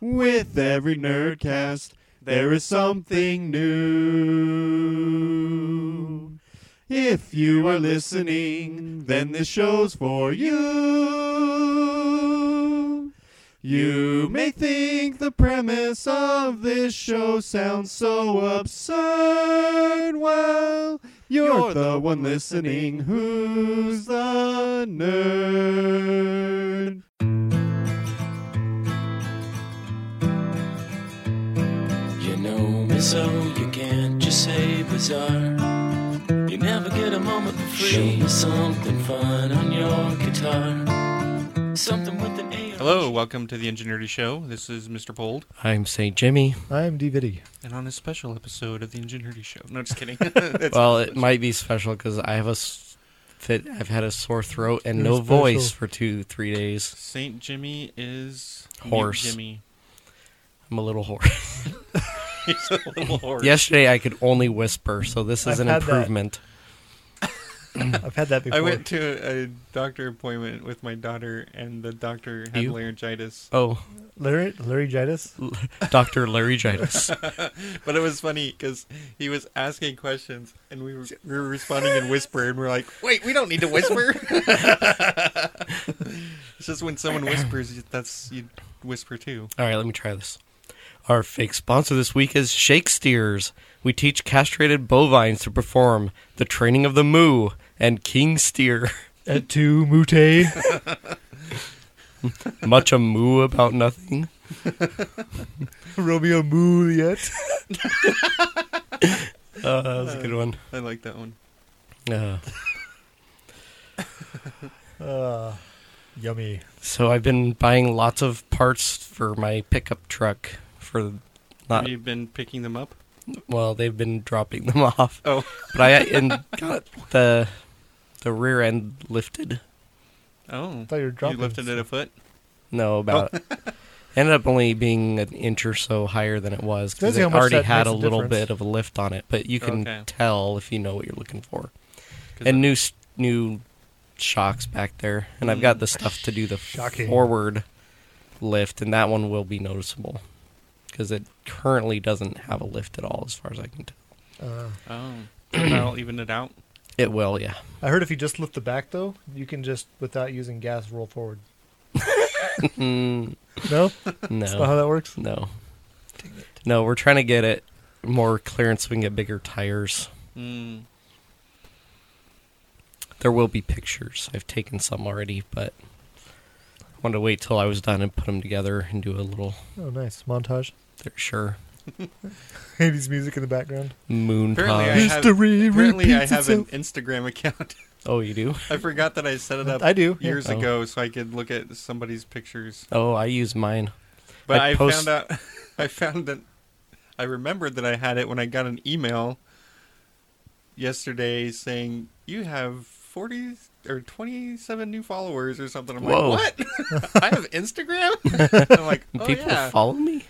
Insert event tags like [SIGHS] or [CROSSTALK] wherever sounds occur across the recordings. with every nerdcast, there is something new. If you are listening, then this show's for you. You may think the premise of this show sounds so absurd. Well, you're, the one listening who's the nerd. You know me so you can't just say bizarre. You never get a moment for free. Show me something fun on your guitar. Something with an A. Hello, welcome to the Ingenuity Show. This is Mr. Pold, I'm St. Jimmy. I'm DVD. and on a special episode of the Ingenuity Show. No, just kidding. [LAUGHS] That's- Well, it might be special because I have a s- fit. I've had a sore throat and You're no special. voice for two, three days. Saint Jimmy is Mute Horse. Jimmy. I'm a little hoarse. [LAUGHS] He's a [LAUGHS] little horse. Yesterday, I could only whisper, so this is I've an had that. improvement. I've had that before. I went to a doctor appointment with my daughter, and the doctor had You? laryngitis. Oh, Larry, laryngitis. Doctor Laryngitis. But it was funny because he was asking questions, and we were, we were responding in whisper, and we are like, "Wait, we don't need to whisper." [LAUGHS] it's just when someone whispers, you- that's you whisper too. All right, let me try this. Our fake sponsor this week is Shakespeare's. We teach castrated bovines to perform the training of the moo and king [LAUGHS] steer. At two mute. [LAUGHS] Much a moo about nothing. Romeo Juliet. Uh, that was a good one. I like that one. Uh, Uh, yummy. So I've been buying lots of parts for my pickup truck for Have not you been picking them up? well, they've been dropping [LAUGHS] them off. Oh. But I and got the the rear end lifted. Oh, I thought you were dropping. you lifted it a foot. No, about Oh. [LAUGHS] ended up only being an inch or so higher than it was because Depends it how much already that had makes a a little difference. bit of a lift on it. But you can Okay. tell if you know what you're looking for. 'Cause And new s- new shocks back there, and I've got the stuff to do the Shocking. forward lift, and that one will be noticeable because it currently doesn't have a lift at all, as far as I can tell. Uh, Oh, that'll even it out. It will, yeah. [LAUGHS] I heard if you just lift the back though, you can just without using gas roll forward. Mm, No, that's not no, Oh. how that works. no, no. We're trying to get it more clearance so we can get bigger tires. Mm. There will be pictures. I've taken some already, but I wanted to wait till I was done and put them together and do a little. Oh, nice montage. [LAUGHS] They're sure. Hades music in the background. Moon Apparently, I pies. have, History apparently I repeats have an Instagram account. [LAUGHS] Oh, you do? I forgot that I set it up I do. yeah. years Oh. ago so I could look at somebody's pictures. Oh, I use mine. But I I, post- found out. [LAUGHS] I found that. I remembered that I had it when I got an email yesterday saying you have forty or twenty-seven new followers or something. I'm Whoa. like, what? [LAUGHS] I have [LAUGHS] Instagram. I'm like, oh People yeah. follow me?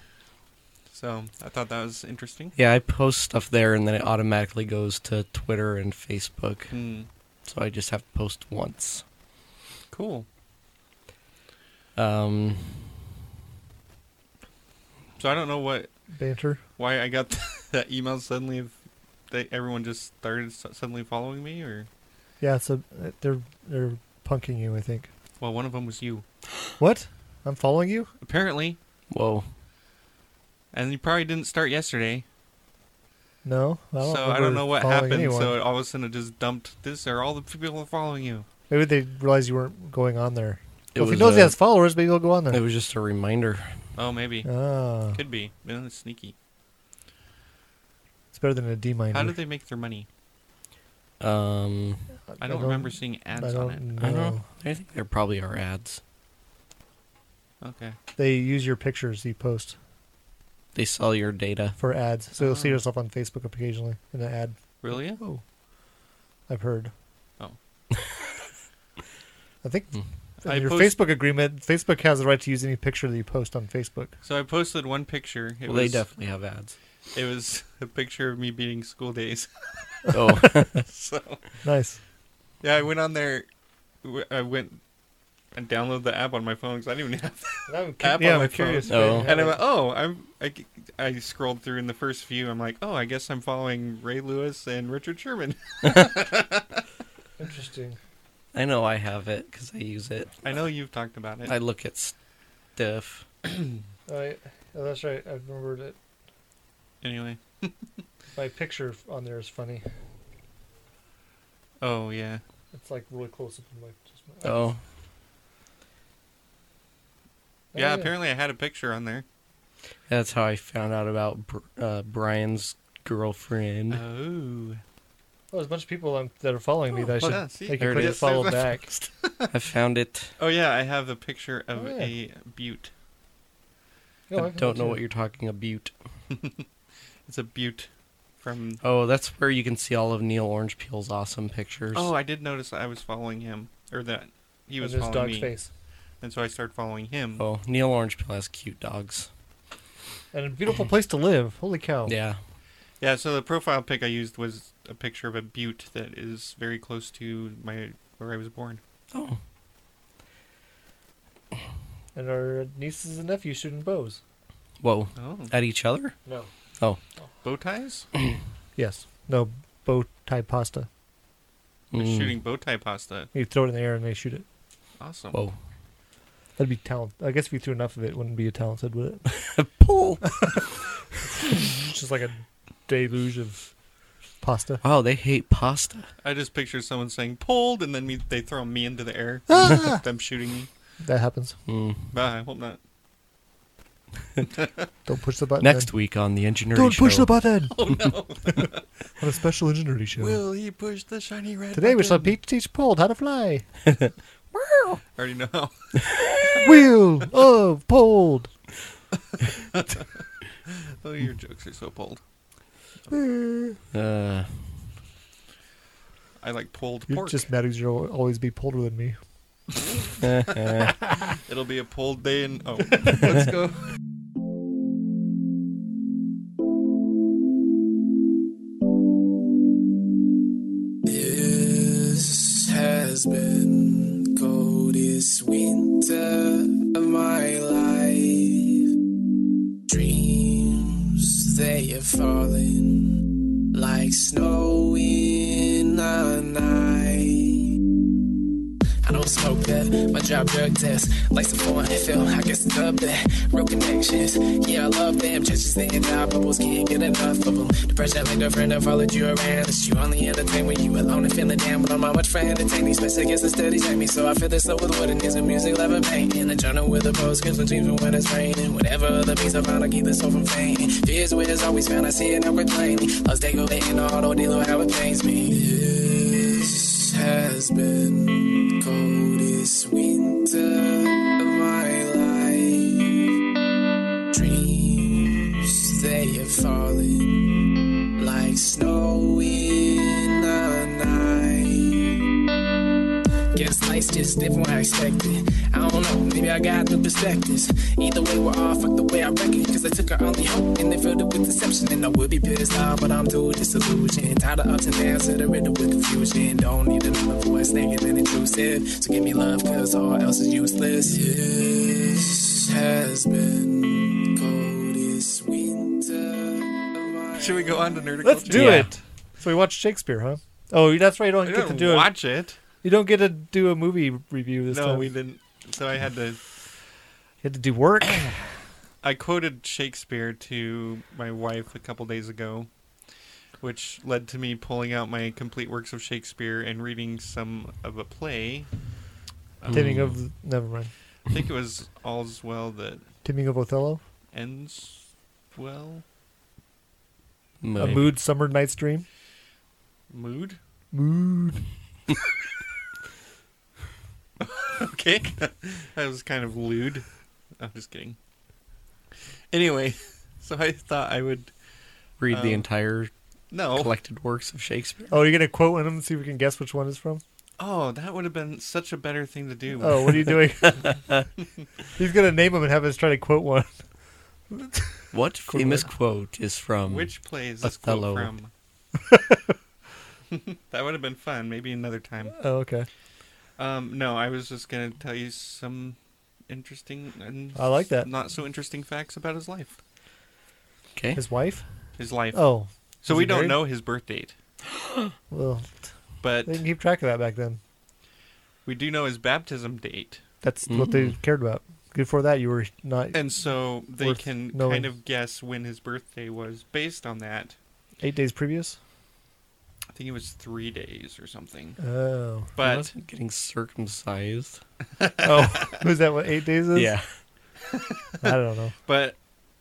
so I thought that was interesting. Yeah, I post stuff there and then it automatically goes to Twitter and Facebook. Hmm. So I just have to post once. cool. Um, So I don't know what Banter. why I got [LAUGHS] that email suddenly. If they, everyone just started su- suddenly following me, or Yeah, so uh, they're they're punking you. I think. well, one of them was you What? I'm following you. apparently, whoa. and you probably didn't start yesterday. No, I don't so I don't remember know what following happened. Anyone. So it all of a sudden it just dumped. This are all the people following you. Maybe they realized you weren't going on there. It Well, if was he knows he a- has followers, maybe he'll go on It there. was just a reminder. Oh, maybe Ah, could be. Yeah, that's sneaky. it's better than a D minor. How do they make their money? Um, I don't, remember seeing ads I on it. don't I don't know. I think there probably are ads. Okay. They use your pictures you post. They sell your data. for ads. So you'll Ah. see yourself on Facebook occasionally in an ad. Really? Yeah. Oh, I've heard. Oh. [LAUGHS] I think I your post- Facebook agreement, Facebook has the right to use any picture that you post on Facebook. So I posted one picture. It Well, was they definitely [LAUGHS] have ads. it was a picture of me beating school days. [LAUGHS] Oh, so Nice. yeah, I went on there. w- I went and downloaded the app on my phone because I didn't even have. I'm, App yeah, on my I'm curious. phone. Oh. Yeah, And I'm like- like, oh, I'm I, I scrolled through in the first few. I'm like, oh, I guess I'm following Ray Lewis and Richard Sherman. [LAUGHS] interesting. I know I have it because I use it. I know you've talked about it. I look at stuff. All right. Oh, that's right. I remembered it. anyway, My picture on there is funny. oh yeah, It's like really close up. in my- just my- Oh, yeah. Apparently, I had a picture on there. that's how I found out about Br- uh, Brian's girlfriend. Oh, Well, there's a bunch of people um, that are following me Oh, that I Mm-hmm. should yeah, see, I there can put it it is. follow There's my [LAUGHS] back. I found it. oh yeah, I have a picture of Oh, yeah. a butte. No, Oh, I Oh, can don't do know it. what you're talking about. It's a butte from. Oh, that's where you can see all of Neil Orange Peel's awesome pictures. Oh, I did notice I was following him, or that he And was Oh, there's following dog's me, face. and so I started following him. Oh, Neil Orange Peel has cute dogs. And [LAUGHS] a beautiful place to live. Holy cow. Oh. Yeah. Yeah, so the profile pic I used was a picture of a butte that is very close to my where I was born. Oh, And our nieces and nephews shooting bows. whoa. Oh, At each other? No. Oh. bow ties? [CLEARS THROAT] Yes. No bow tie pasta. They're Mm. Shooting bow tie pasta. You throw it in the air and they shoot it. Awesome. Whoa. [LAUGHS] That'd be talent. I guess if you threw enough of it, it wouldn't be a talented, would it? Pull. It's just like a deluge of pasta. Wow, they hate pasta. I just picture someone saying pulled, and then me, they throw me into the air. Ah! them shooting me. That happens. Mm. Bah, I hope not. Don't push the button. Next week on the engineering Don't show. push the button. Oh no. [LAUGHS] On a special engineering show. Will he push the shiny red? Today we shall button? teach teach Paul how to fly. I already know. [LAUGHS] how. Will of Paul. oh, your jokes are so pulled. Uh, I like pulled You're pork. just mad because you'll always be polder than me. It'll be a pulled day, and [LAUGHS] oh, let's go. This has been coldest winter of my life. Dreams, they are falling like snow in a night. I don't smoke that, my job drug test. Like some foreign film, I guess it's up there. Real connections, yeah, I love them. Just thinking that our bubbles can't get enough of them. Depression like the friend that followed you around. It's you only entertain when you alone and feeling down. But I'm not much for entertaining, especially against the steady take me. So I fill this up with wood and music, music, love and pain. In a journal with a postscript, dreams when when it's raining. Whatever other piece I found, I keep this soul from fainting. Fears where it's always found, I see it now with plainly. Love's they go in all, don't deal with how it pains me. This has been coldest winter of my life. Dreams, they are falling like snow in the night. Guess life's just different when I expected. I don't know, maybe I got new perspectives. Either way, we're all fucked the way I reckon. Cause I took our only hope and they filled it with deception. And I would be pissed off, but I'm too disillusioned. Tired of ups and downs, of the riddle with confusion. Don't need another voice negative and intrusive. So give me love, cause all else is useless. This has been coldest winter of my Should we go on to nerdiculture? Let's do Yeah. it. So we watched Shakespeare, huh? Oh, that's right. You don't I get to didn't do it. watch it. You don't get to do a movie review this no, time. we You didn't. So I had to. had to do work. I quoted Shakespeare to my wife a couple days ago, which led to me pulling out my complete works of Shakespeare and reading some of a play. Um, Timing Mm. of never mind. I think it was All's Well That Timing of Othello. Ends Well. A mood summer night's dream. Mood? Mood. [LAUGHS] Okay. [LAUGHS] that was kind of lewd. I'm just kidding. Anyway, [LAUGHS] So I thought I would Read the Um, oh. entire no. collected works of Shakespeare. Oh, you're gonna quote one of them and see if we can guess which one is from. oh, that would have been such a better thing to do. Oh, what are you doing? He's gonna name them and have us try to quote one. What famous quote is [LAUGHS] from Which play is this quote Othello. from? [LAUGHS] that would have been fun. Maybe another time. Oh, okay. Um, no, I was just gonna tell you some interesting and I like that. not so interesting facts about his life. Okay. His wife. His life. Oh, so is we he don't married? know his birth date, well, but they didn't keep track of that back then. we do know his baptism date, That's what they Mm. cared about. Before that, you were not and so they Worth can knowing. kind of guess when his birthday was based on that. eight days previous. I think it was three days or something. Oh, He But wasn't getting circumcised. oh, [LAUGHS] was that what eight days is? Yeah. I don't know. But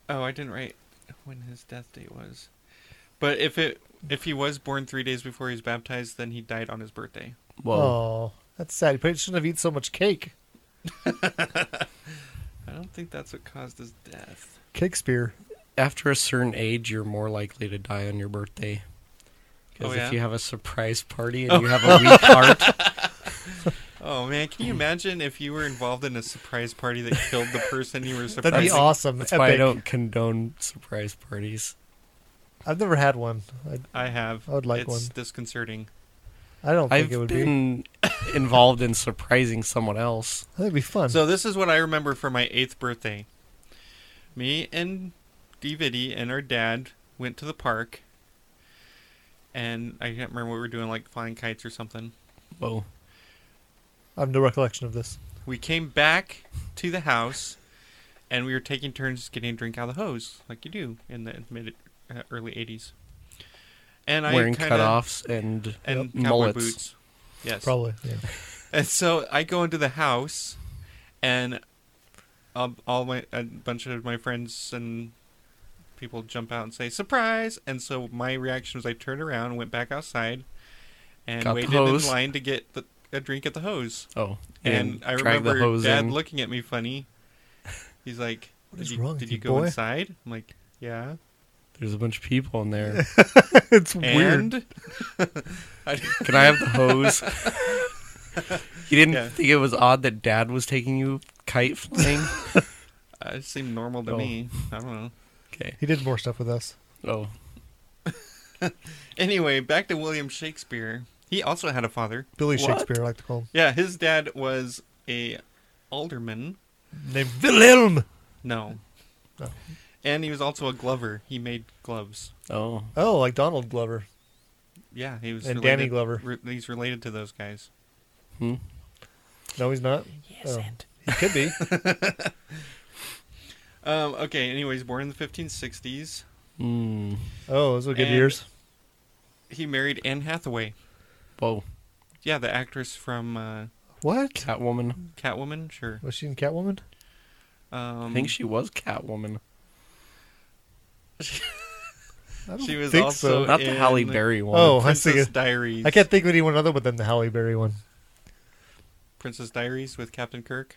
oh, I didn't write when his death date was. But if it if he was born three days before he was baptized, then he died on his birthday. Well, Oh, that's sad. You probably shouldn't have eaten so much cake. I don't think that's what caused his death. Cake spear. after a certain age, you're more likely to die on your birthday. Because Oh, if yeah? you have a surprise party and you have a [LAUGHS] weak heart, Oh man, can you imagine if you were involved in a surprise party that killed the person you were [LAUGHS] surprising? That'd be awesome. that's why I Epic. don't condone surprise parties. I've never had one. I, I have. I would like it's one. disconcerting. I don't think I've it would be. been [LAUGHS] involved in surprising someone else. I think it'd be fun. So this is what I remember from my eighth birthday. Me and DVD and our dad went to the park, and I can't remember what we were doing, like flying kites or something. Whoa. I have no recollection of this. We came back to the house, and we were taking turns getting a drink out of the hose, like you do in the mid uh, early '80s. And I Wearing kinda, cutoffs and, and cowboy mullets. boots. Yes, Probably. Yeah. and so I go into the house, and um, all my a bunch of my friends and people jump out and say surprise. And so my reaction was I turned around, went back outside, and Got the waited hose. in line to get the, a drink at the hose. Oh. And I drag remember the hose dad in. looking at me funny. He's like, [LAUGHS] What "Did is you, wrong did with you you, go boy?" inside?" I'm like, "Yeah." There's a bunch of people in there. [LAUGHS] it's weird. [LAUGHS] And I, Can I have the [LAUGHS] hose? you didn't Yeah. think it was odd that dad was taking you [LAUGHS] kite flying? I seemed normal to Oh. me. I don't know. okay. He did more stuff with us. Oh. Anyway, back to William Shakespeare. He also had a father. Billy What? Shakespeare, I like to call him. Yeah, his dad was a alderman. Named Wilhelm. No. Oh. And he was also a glover. He made gloves. Oh. Oh, like Donald Glover. Yeah, he was. And Danny Glover. re- he's related to those guys. Hmm. No, he's not. Oh. He isn't. He could be. Um, okay. Anyways, born in the 1560s. Mm. Oh, those were good And- years. He married Anne Hathaway. Whoa. Yeah, the actress from uh, What? Catwoman. Catwoman, sure. Was she in Catwoman? Um, I think she was Catwoman. I don't she was think also so. Not the in Halle Berry one. Oh, I see. Princess Diaries. I can't think of anyone other than the Halle Berry [LAUGHS] one. Princess Diaries with Captain Kirk.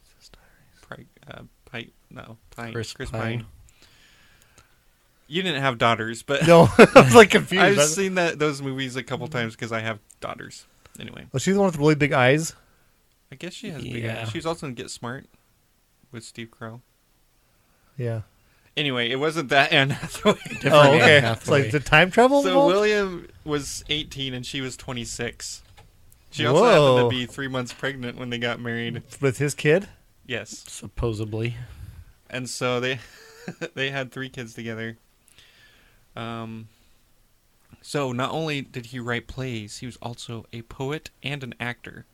Princess Diaries. Pri- uh, Pike, no, Pine, Chris Chris, Pine. Pine. You didn't have daughters, but No, [LAUGHS] I was like confused. [LAUGHS] I've I- seen that those movies a couple times because I have daughters. Anyway, Was she the one with the really big eyes? I guess she has big Yeah. eyes. She's also in Get Smart with Steve Carell. Yeah. Anyway, it wasn't that [LAUGHS] Anne Hathaway. Different Oh, Anne okay. It's Hathaway. like the time travel. So involved? William was 18 and she was 26. She also happened Whoa. to be three months pregnant when they got married. with his kid. Yes, Supposedly. and so they [LAUGHS] they had three kids together. Um, so not only did he write plays, he was also a poet and an actor.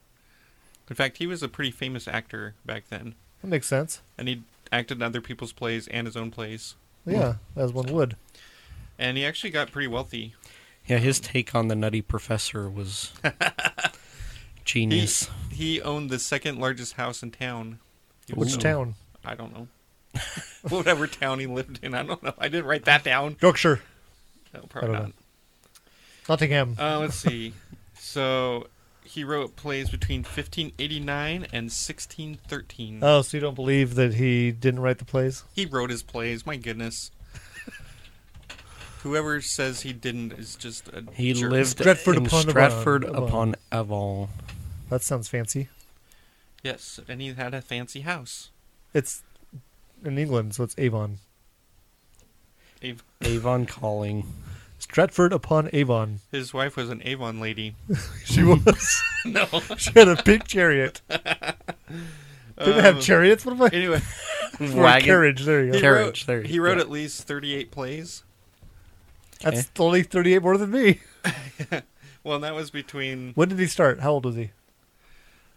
In fact, he was a pretty famous actor back then, That makes sense. and he acted in other people's plays and his own plays. Yeah, as one would. And he actually got pretty wealthy. Yeah, his take on the Nutty [LAUGHS] Professor was He, genius. he owned the second largest house in town. He was Which so- town? I don't know. [LAUGHS] Whatever town he lived in, I don't know. I didn't write that down. Yorkshire, No, probably I not. don't Nottingham. Uh, let's see. Uh, So he wrote plays between 1589 and 1613. Uh. Oh, so you don't believe that he didn't write the plays? He wrote his plays. My goodness. Whoever says he didn't is just a He jerk. lived Stratford in upon Avon. Stratford Avon. upon Avon. That sounds fancy. Yes, and he had a fancy house. It's in England, so it's Avon. Av- Avon calling. [LAUGHS] Stratford upon Avon. His wife was an Avon lady. She [LAUGHS] was. No. she had a big chariot. Didn't have chariots. What am I? Anyway, [LAUGHS] Or a carriage. There you go. he Carriage, wrote, there you- he wrote yeah. at least 38 plays. That's only thirty-eight more than me. Well, that was between. When did he start? How old was he?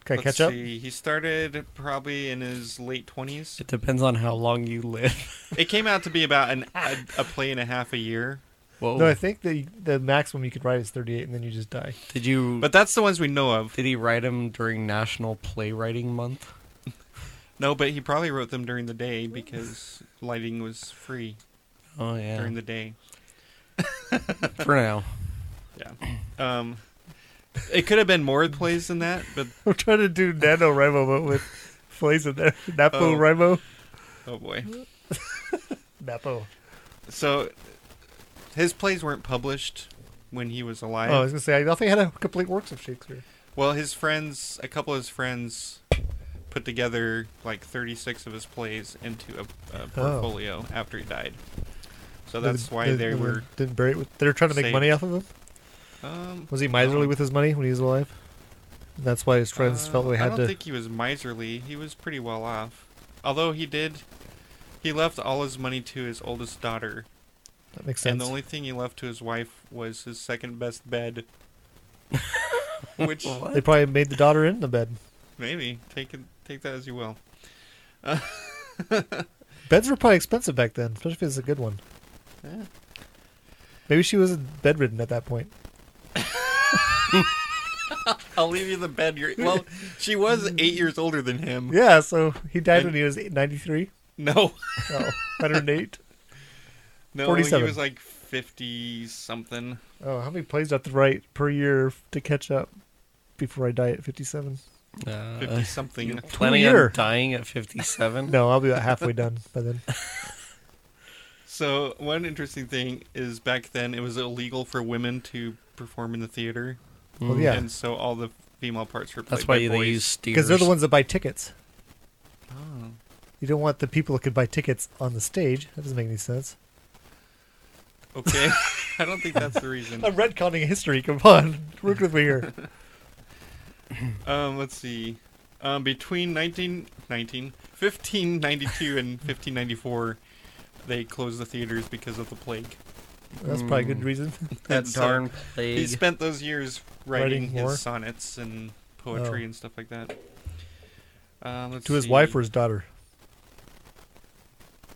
Can I let's catch up? see, He started probably in his late 20s. It depends on how long [LAUGHS] you live. It came out to be about an, a, a play and a half a year. Whoa. No, I think the the maximum you could write is thirty-eight, and then you just die. [LAUGHS] did you? But that's the ones we know of. did he write them during National Playwriting Month? No, but he probably wrote them during the day because lighting was free Oh yeah. during the day. For now. Um, it could have been more plays than that, but I'm trying to do NaNoWriMo, but with plays in there. Napo Oh. Rimo. oh boy. Napo. So his plays weren't published when he was alive. Oh, I was gonna say I thought they had a complete works of Shakespeare. Well, his friends, a couple of his friends, put together like 36 of his plays into a, a portfolio after he died. So that's why they were. didn't bury it. With, they were trying to make saved. money off of him. Um, Was he miserly with his money when he was alive? That's why his friends felt uh, they I had don't to. think he was miserly. He was pretty well off, although he did. He left all his money to his oldest daughter, that makes and sense. the only thing he left to his wife was his second best bed. [LAUGHS] Which they probably made the daughter in the bed. maybe take it, take that as you will. Beds were probably expensive back then, especially if it's a good one. Yeah. Maybe she was bedridden at [LAUGHS] that point. I'll leave you the bed. You're, well, she was eight years older than him. Yeah, so he died And- when he was 93. No, [LAUGHS] Oh, 108. no, 47. he was like fifty something. oh, how many plays do I have to write per year to catch up before I die at 57? [LAUGHS] Uh, Fifty something. Uh, planning year. on dying at 57? No, I'll be about halfway done by [LAUGHS] then. So one interesting thing is back then it was illegal for women to perform in the theater, Well, yeah, and so all the female parts were played That's why by they boys. use steers. because they're the ones that buy tickets. Oh. You don't want the people that could buy tickets on the stage. That doesn't make any sense. Okay, [LAUGHS] I don't think that's the reason. [LAUGHS] I'm retconning history. Come on, [LAUGHS] work with me here. Um, let's see. Um, between 19, 19 1592 and 1594, they closed the theaters because of the plague. That's probably a Hmm. good reason. [LAUGHS] That That's darn He plague. spent those years writing, Writing his more? sonnets and poetry Oh. and stuff like that. Um, let's to his see. wife or his daughter.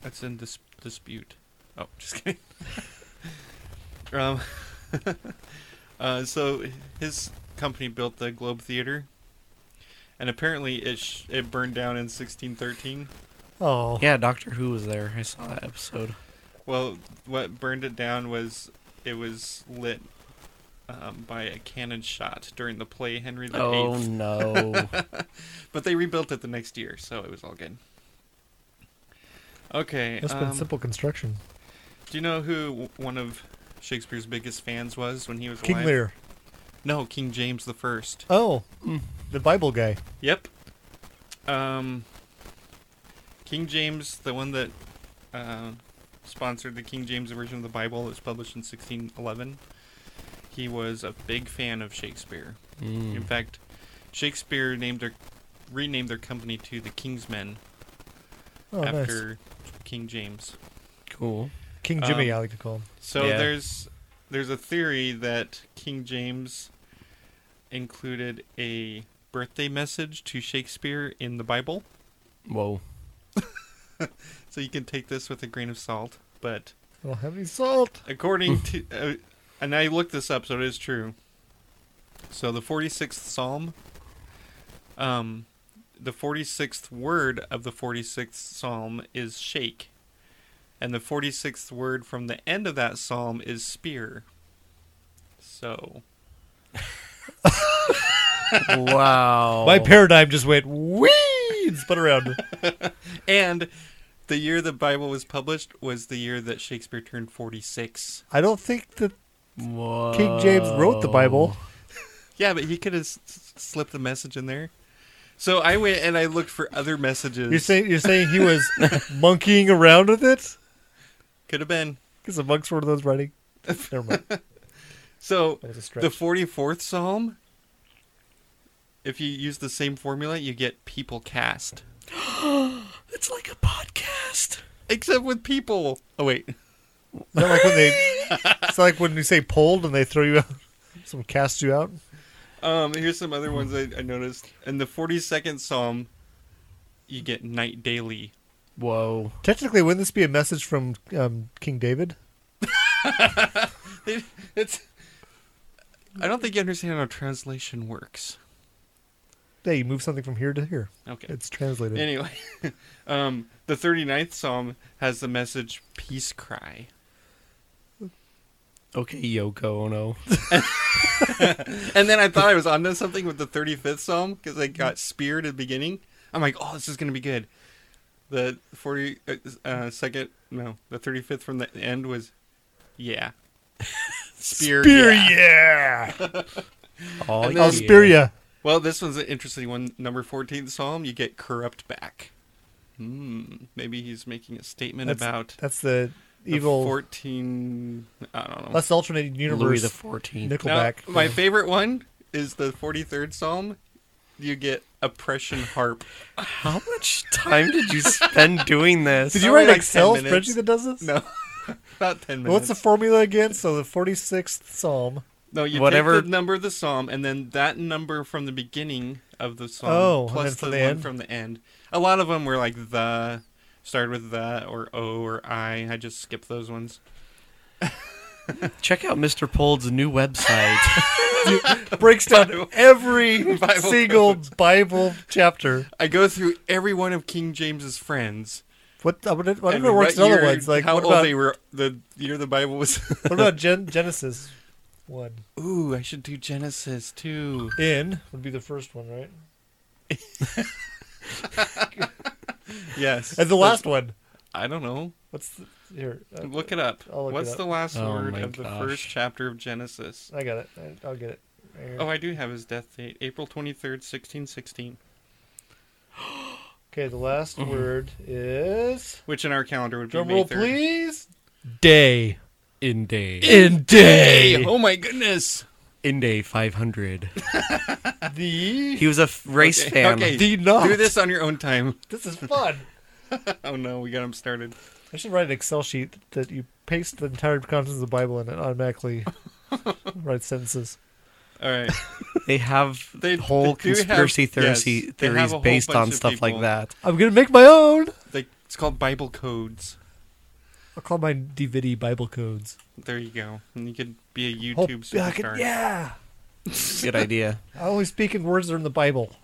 That's in dis- dispute. Oh, [LAUGHS] just kidding. um, [LAUGHS] uh, so his company built the Globe Theater, and apparently it sh- it burned down in 1613. Oh, yeah, Doctor Who was there. I saw that episode. Well, what burned it down was it was lit um, by a cannon shot during the play Henry the Oh Eighth. no. But they rebuilt it the next year, so it was all good. Okay. that's been um, simple construction. Do you know who w- one of Shakespeare's biggest fans was when he was King alive? Lear. No, King James the First. Oh, Hmm. the Bible guy. Yep. Um, King James, the one that uh, sponsored the King James version of the Bible that was published in 1611, he was a big fan of Shakespeare. [LAUGHS] In Hmm. Mm. fact, Shakespeare named their renamed their company to the Kingsmen Oh, nice. after King James. Cool. King Jimmy, um, I like to call him. So Yeah. there's there's a theory that King James included a birthday message to Shakespeare in the Bible. Whoa. So you can take this with a grain of salt, but I don't have any salt. according to uh, and I looked this up so it is true. So the 46th psalm um the 46th word of the 46th psalm is shake. And the 46th word from the end of that psalm is spear. So Oh. wow. My paradigm just went wee and [LAUGHS] spun around. And the year the Bible was published was the year that Shakespeare turned 46. I don't think that Whoa. King James wrote the Bible. Yeah, but he could have s- s- slipped a message in there. So I went and I looked for other messages. You're saying you're saying [LAUGHS] he was monkeying around with it could have been. because the monks were those writing. Never mind. That So was a stretch. the 44th Psalm, if you use the same formula, you get people cast. It's like a podcast. Except with people. Oh, wait. Is that like [LAUGHS] when they, it's like when you say pulled and they throw you out, some cast you out. Um, here's some other ones I, I noticed. In the 42nd Psalm, you get night daily. Whoa. Technically, wouldn't this be a message from um, King David? It- it's. I don't think you understand how translation works. Yeah, you move something from here to here. Okay. It's translated. Anyway, [LAUGHS] um, the 39th Psalm has the message peace cry. Okay, [LAUGHS] Yoko Ono. And then I thought I was onto something with the 35th Psalm because I got speared at the beginning. I'm like, oh, this is going to be good. The 42nd, uh, second- no, the 35th from the end was, [LAUGHS] yeah. Spear, yeah. yeah. Oh, And I'll spear ya. Well, this one's an interesting one. Number 14th Psalm, you get corrupt back. Hmm. Maybe he's making a statement That's- about That's the the evil. 14. I don't know. That's the alternate Louis universe. the Fourteenth. Now, Nickelback. My favorite one is the 43rd Psalm. You get oppression harp. [LAUGHS] How much time did you spend doing this? Did Probably you write like Excel 10 minutes. spreadsheet that does this? No, about 10 minutes. What's the formula again? So the forty-sixth [LAUGHS] Psalm. No, you Whatever- take the number of the psalm and then that number from the beginning of the psalm Oh, and plus then from the, the one end? from the end. A lot of them were like the started with the or o or i. I just skipped those ones. Check out Mr. Pold's new [LAUGHS] website. breaks down every Bible single Bible chapter. I go through every one of King James's friends. What I wonder, I wonder and if it works in what other year- ones. Like how what old about, they were the year the Bible was. [LAUGHS] what about Gen- Genesis one? Ooh, I should do Genesis too. In would be the first one, right? Yes, And the last one. I don't know. What's the, here? uh, Look it up. I'll look it What's up. the last Oh word my of the gosh. first chapter of Genesis? I got it. I- I'll get it. Here. Oh, I do have his death date, April twenty third, sixteen sixteen. Okay, the last Mm-hmm. word is. Which in our calendar would be May 3rd. [LAUGHS] Drumroll, please. Day In day. in day. Hey, oh my goodness. In [LAUGHS] day 500. The He was a f- race Okay, fan. okay. the not. Do this on your own time. [LAUGHS] This is fun. Oh no, we got him started. I should write an Excel sheet that you paste the entire contents of the Bible in [LAUGHS] and automatically write sentences. All [LAUGHS] right. They have They- they whole do have- conspiracy theory- yes, they have theories a whole based on bunch of stuff like people. that. I'm gonna make my own. They, it's called Bible codes. I'll call mine DVD Bible codes. There you go. And you could be a Oh, YouTube yeah, I superstar. could- yeah, Good idea. I only speak in words that are in the Bible.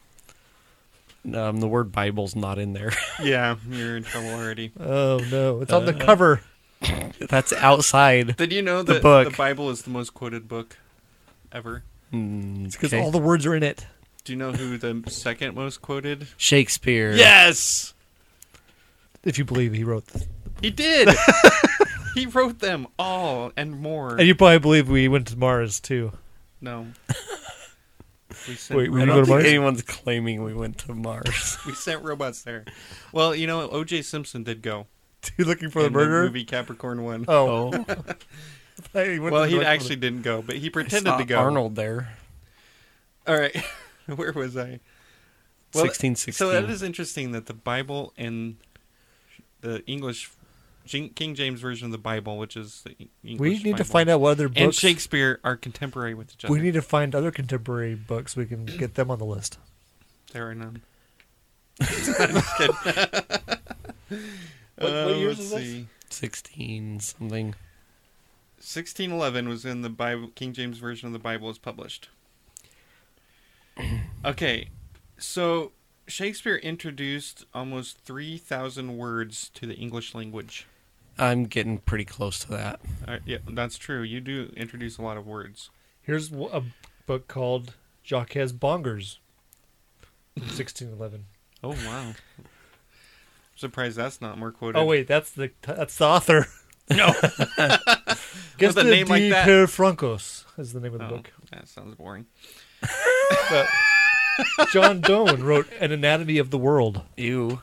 Um, the word Bible's not in there. Yeah, you're in trouble already. Oh no, [LAUGHS] it's on the Uh-huh. cover. That's outside. Did you know The that the, book. Bible is the most quoted book ever? Mm, It's because okay. all the words are in it. Do you know who the second most quoted? Shakespeare. Yes. If you believe he wrote this, He [LAUGHS] did. he wrote them all and more. and you probably believe we went to Mars too. [LAUGHS] no. We sent, Wait, we I didn't don't go think to Mars. anyone's claiming we went to Mars. we sent robots there. Well, you know, O.J. Simpson did go You looking for the in murderer? movie Capricorn One. Oh, [LAUGHS] oh, hey, went Well, to the he right actually didn't go, but he pretended saw to go. Arnold there. All right, [LAUGHS] where was I? Sixteen sixteen. So that is interesting that the Bible and the English Jing- King James version of the Bible, which is the E- corner. English, We need to Bible, find out what other and books. Shakespeare are contemporary with each other. we need to find other contemporary books. We can get them on the list. There are [LAUGHS] none. [LAUGHS] What- Uh, what let's years is this? see. sixteen something. 1611 was when the Bible, King James Version of the Bible was [CLEARS THROAT] published. Okay, so Shakespeare introduced almost 3,000 words to the English language. I'm getting pretty close to that. Uh, All right, yeah, that's true. You do introduce a lot of words. Here's w- a book called Jacques Bongers. 1611. Oh wow. I'm surprised that's not more quoted. Oh wait, that's the that's the author. [LAUGHS] [LAUGHS] no. Guess a the name like D. that. Per Francos is the name of the Oh, book. that sounds boring. But John Doan wrote An Anatomy of the [LAUGHS] World. Ew.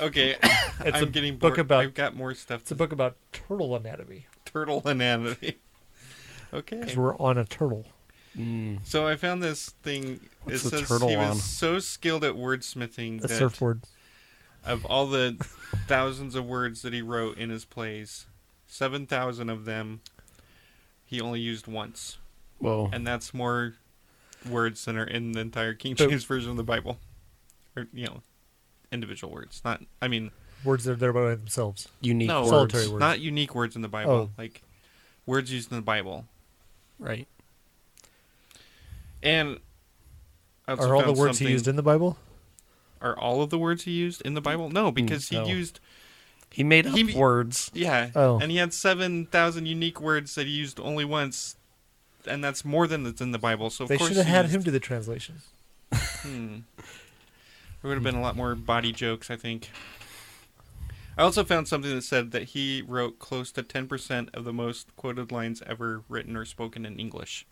Okay, It's I'm a getting book bored. about- I've got more stuff. It's a To book about turtle anatomy turtle anatomy. [LAUGHS] Okay. because we're on a turtle. So I found this thing. What's it the says turtle he was on? so skilled at wordsmithing The that surfboard. of all the thousands of words that he wrote in his plays, seven thousand of them he only used once, Whoa. and that's more words than are in the entire King But- James version of the Bible, or you know, individual words. Not, I mean, Words that are there by themselves. Unique no words. solitary words. not unique words in the Bible, Oh. like words used in the Bible, Right. and. I also Are all the found words he something- used in Mm. the Bible? Are all of the words he used in the Bible? No, because he no. used He made up He- words. yeah, Oh. and he had seven thousand unique words that he used only once, and that's more than that's in the Bible. So of They course should have he had used- him do the translation. Hmm. There would have been a lot more body jokes, I think. I also found something that said that he wrote close to ten percent of the most quoted lines ever written or spoken in English,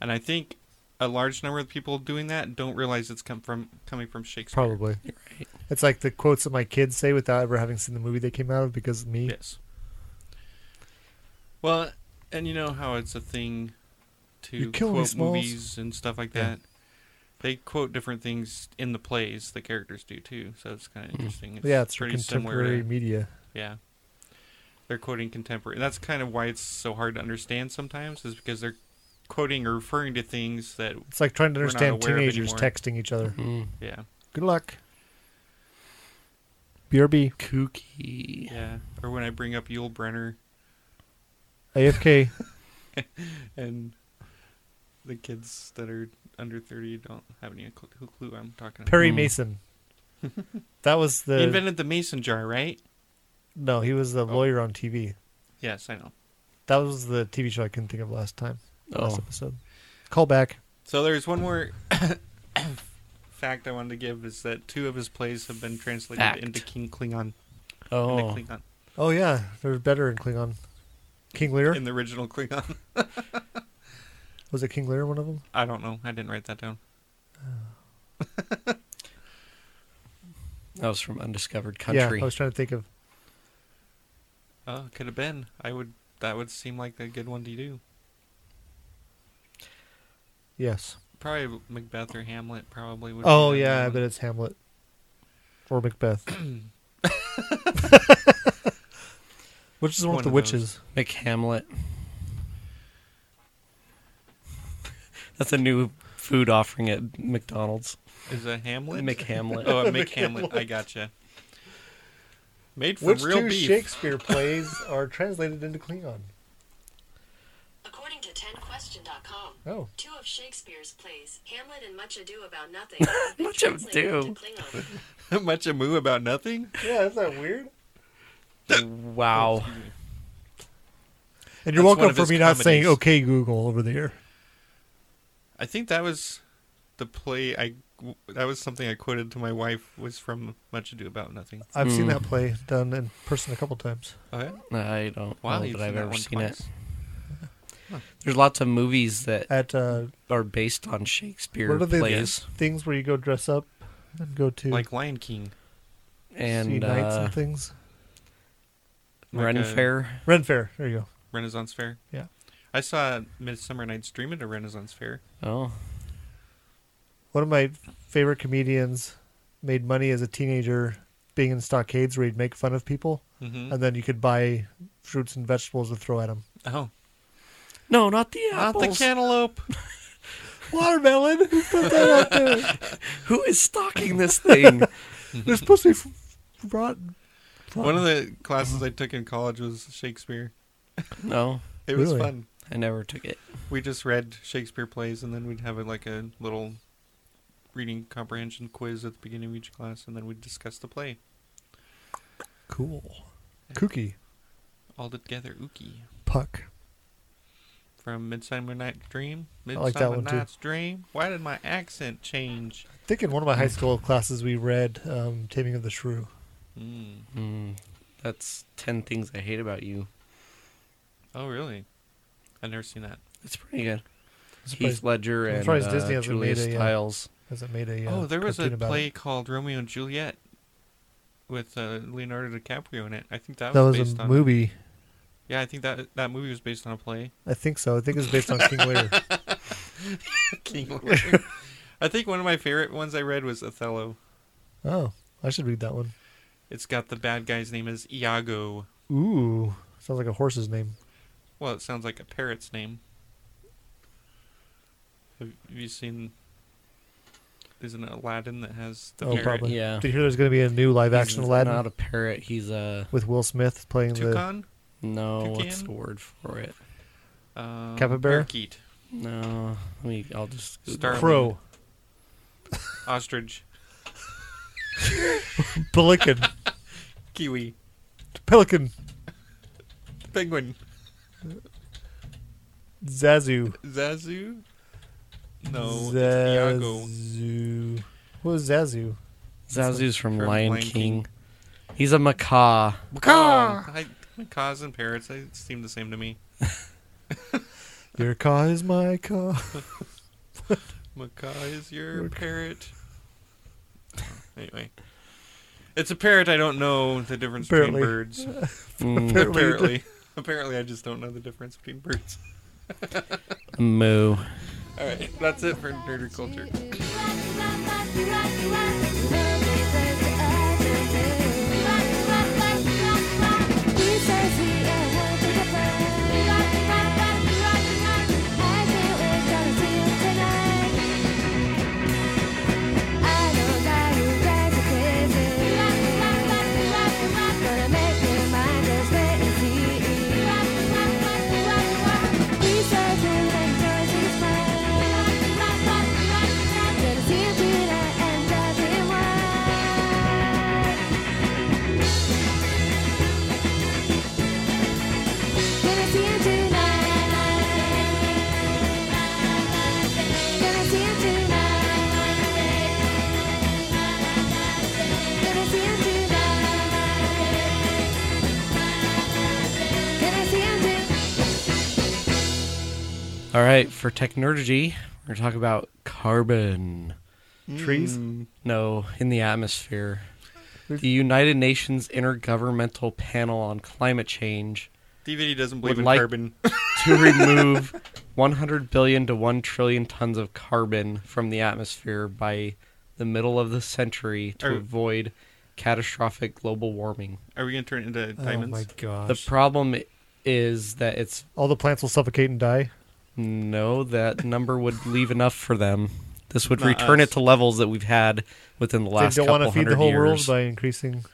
and I think a large number of people doing that don't realize it's come from coming from Shakespeare. Probably. [LAUGHS] It's like the quotes that my kids say without ever having seen the movie they came out of because of me. Yes. Well, and you know how it's a thing to You kill me, quote Smalls. movies and stuff like Yeah. that. They quote different things in the plays. The characters do too, so it's kind of interesting. It's Hmm. yeah, it's for pretty similar. contemporary To, media. yeah, they're quoting contemporary. That's kind of why it's so hard to understand sometimes, is because they're quoting or referring to things that It's like trying to We're not understand aware of teenagers anymore. texting each other. Mm. yeah Good luck. BRB. Kooky. yeah. Or when I bring up Yul Brenner [LAUGHS] AFK. and the kids that are under thirty don't have any clue, clue what I'm talking about. Perry Mm. Mason. that was the. He invented the mason jar, right? no, he was the Oh. lawyer on TV. Yes, I know. That was the TV show I couldn't think of last time. Last Oh. episode. Call back. So there's one more [COUGHS] fact I wanted to give is that two of his plays have been translated Fact. into King Klingon, into Oh. Klingon, Oh, yeah. They're better in Klingon. King Lear. in the original Klingon. [LAUGHS] was it King Lear one of them? I don't know. I didn't write that down. That was from Undiscovered Yeah, Country. I was trying to think of. Oh, could have been. I would. That would seem like a good one to do. Yes. Probably Macbeth or Hamlet. Probably would. be Oh, another yeah. I one. bet it's Hamlet. Or Macbeth. Which is the One one, with the of those. witches? McHamlet. [LAUGHS] That's a new food offering at McDonald's. Is a Hamlet? McHamlet. [LAUGHS] oh, a McHamlet. I gotcha. Made from Which real two beef. Shakespeare plays are translated into Klingon? According to 10question.com, Oh. two of Shakespeare's plays, Hamlet and Much Ado About Nothing, have [LAUGHS] been Much Ado. translated into [LAUGHS] Klingon. Much ado about nothing. Yeah, isn't that weird? wow. And you're That's one welcome of for his me not saying comedies. "Okay, Google" over the air. I think that was the play I that was something I quoted to my wife was from Much Ado About Nothing. I've seen Mm. that play done in person a couple times. Oh yeah, I don't wow, know you've that I've seen ever one seen twice. it. There's lots of movies that At uh, are based on Shakespeare what are they plays things where you go dress up and go to like Lion King. see and nights uh, and things? like Ren a- Fair. Ren Fair. There you go. Renaissance Fair. Yeah. I saw Midsummer Night's Dream at a Renaissance Fair. Oh, One of my favorite comedians made money as a teenager being in stockades where he'd make fun of people, hmm Mm-hmm. and then you could buy fruits and vegetables to throw [LAUGHS] at him. Oh, no, not the not the apples. [LAUGHS] cantaloupe. Watermelon. Who put that out there? [LAUGHS] Who is stocking this thing? [LAUGHS] They're supposed to be f- rotten. one of the classes I took in college was Shakespeare. no, It was Really? fun. I never took it. We just read Shakespeare plays, and then we'd have like a little reading comprehension quiz at the beginning of each class, and then we'd discuss the play Cool. Kooky. all together. Ookie. Puck. from Midsummer Night Dream. I Midsummer like that one, too. Night's Dream. Why did my accent change? I think in one of my high school classes we read um, Taming of the Shrew. Mm. Mm, that's 10 Things I Hate About You. Oh, really? I've never seen that. It's pretty good. surprised- Heath Ledger I'm and surprised uh, Disney hasn't Julia made a, uh, Stiles. Has it made a? Uh, oh, there was a cartoon about play it. called Romeo and Juliet with uh, Leonardo DiCaprio in it. I think that, That was, was based a on movie. Yeah, I think that that movie was based on a play. I think so. I think it's based on King Lear. [LAUGHS] King [LAUGHS] Lear. I think one of my favorite ones I read was Othello. Oh, I should read that one. It's got the bad guy's name is Iago. Ooh, sounds like a horse's name. Well, it sounds like a parrot's name. Have have you seen? Isn't it Aladdin that has the Oh, parrot? probably. Yeah. Did you hear there's going to be a new live action He's Aladdin not a parrot. He's a. with Will Smith playing the? Toucan? No, what's Toucan? the word for it? Um, Capybara? Parakeet. No. Let me, I'll just. Starling. Crow, Ostrich. pelican, Kiwi. pelican, Penguin. Zazu, Zazu? Oh, No. it's Iago. Zazu. What was Zazu? Zazu's from from Lion Lion King. King. He's a macaw. Macaw! Um, I, macaws and parrots, they seem the same to me. Your car is my car. Macaw is your Macaw. parrot. Anyway. It's a parrot. I don't know the difference Apparently. between birds. Mm, [LAUGHS] Apparently you Apparently. [LAUGHS] Apparently, I just don't know the difference between birds. [LAUGHS] moo. All right, that's it for nerder culture. All right, for technology, we're going to talk about carbon. Trees. No, in the atmosphere. The United Nations Intergovernmental Panel on Climate Change DVD doesn't believe Would in like- carbon. to remove [LAUGHS] 100 billion to 1 trillion tons of carbon from the atmosphere by the middle of the century to Are- avoid catastrophic global warming. Are we going to turn it into Oh my diamonds? gosh! The problem is that it's All the plants will suffocate and die. no, that number would leave enough for them. This would Not return us. it to levels that we've had within the last they don't couple want to feed hundred the whole world years. by increasing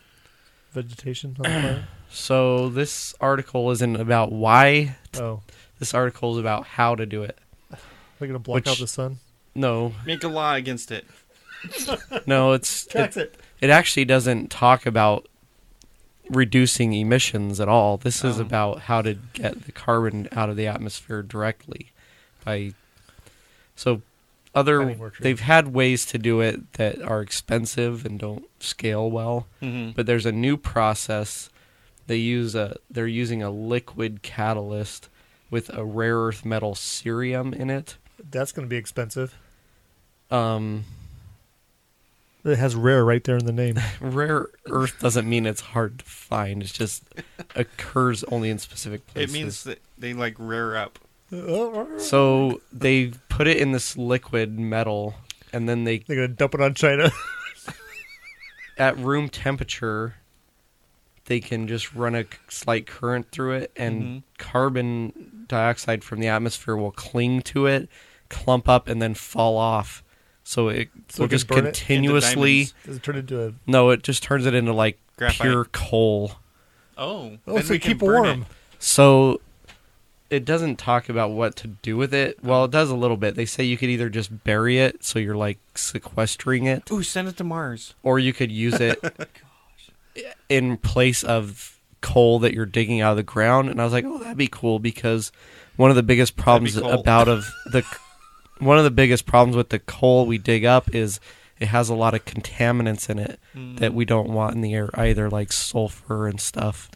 vegetation [CLEARS THROAT] on the planet. So this article isn't about why. Oh, This article is about how to do it. they're going to block Which- out the sun. No, Make a law against it. no, [LAUGHS] it's it, it. it actually doesn't talk about reducing emissions at all. This is Oh. about how to get the carbon out of the atmosphere directly by so other Cutting more trees. they've had ways to do it that are expensive and don't scale well, Mm-hmm. but there's a new process they use a they're using a liquid catalyst with a rare earth metal cerium in it. That's going to be expensive. Um It has rare right there in the name. rare earth doesn't mean it's hard to find. It's just occurs only in specific It places. means that they like rear up. [LAUGHS] they're so they put it in this liquid metal, and then they going to dump it on [LAUGHS] China. at room temperature, they can just run a c- slight current through it, and Mm-hmm. Mhm. carbon dioxide from the atmosphere will cling to it, clump up, and then fall off. So it So will it can just burn it into continuously. diamonds. Does it turn into a? No, it just turns it into like Graphite. pure coal. Oh, Oh, then so we you can keep it burn warm. it. So it doesn't talk about what to do with it. Well, it does a little bit. They say you could either just bury it, so you're like sequestering it, Ooh, send it to Mars. or you could use it in place of coal that you're digging out of the ground. And I was like, oh, that'd be cool because one of the biggest problems coal. about of the one of the biggest problems with the coal we dig up is it has a lot of contaminants in it Mm. that we don't want in the air either, like sulfur and stuff.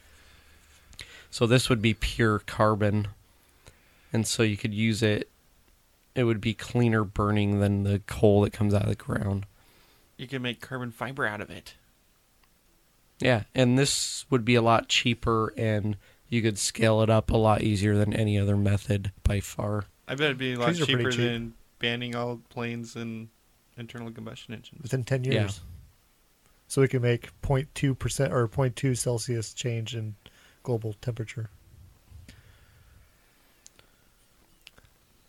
So this would be pure carbon, and so you could use it. It would be cleaner burning than the coal that comes out of the ground. You can make carbon fiber out of it. Yeah, and this would be a lot cheaper and you could scale it up a lot easier than any other method by far. I bet it'd be a lot Trees are pretty cheaper cheap. than banning all planes and internal combustion engines. within 10 years. Yeah. So we can make 0.2% or 0.2 Celsius change in global temperature.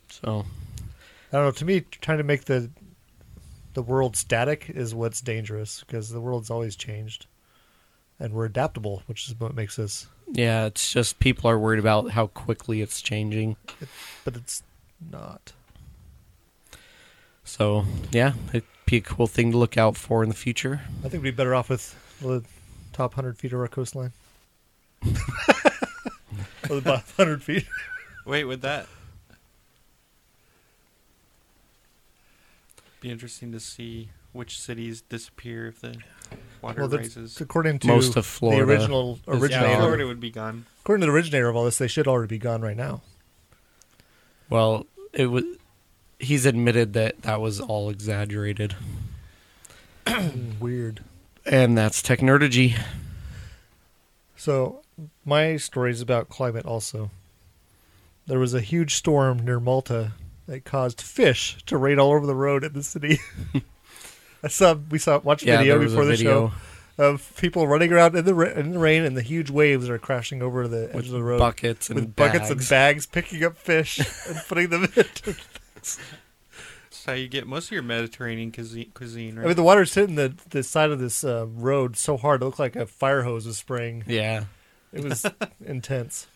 So, I don't know. To me, trying to make the the world static is what's dangerous because the world's always changed, and we're adaptable, which is what makes us. yeah, it's just people are worried about how quickly it's changing. But it's not. So, yeah, it'd be a cool thing to look out for in the future. I think we'd be better off with the top hundred feet of [LAUGHS] our coastline. or the bottom hundred feet. Wait, would that be interesting to see which cities disappear if the water Well, that's rises? according to Most of Florida the original is originator. Yeah, Florida would be gone. According to the originator of all this, they should already be gone right now. Well, it was he's admitted that that was all exaggerated. Hmm. Weird. And that's technology. So, my story's about climate also. There was a huge storm near Malta that caused fish to raid all over the road in the [LAUGHS] city. I saw we saw watched a Yeah, video there was a before the video show of people running around in the ra- in the rain and the huge waves are crashing over the edge with of the road buckets and with buckets and bags. bags picking [LAUGHS] up fish and putting them in. That's how you get most of your Mediterranean cuisine, cuisine I right? mean the water's hitting the, the side of this uh, road so hard it looked like a fire hose was spraying. Yeah. [LAUGHS] It was intense.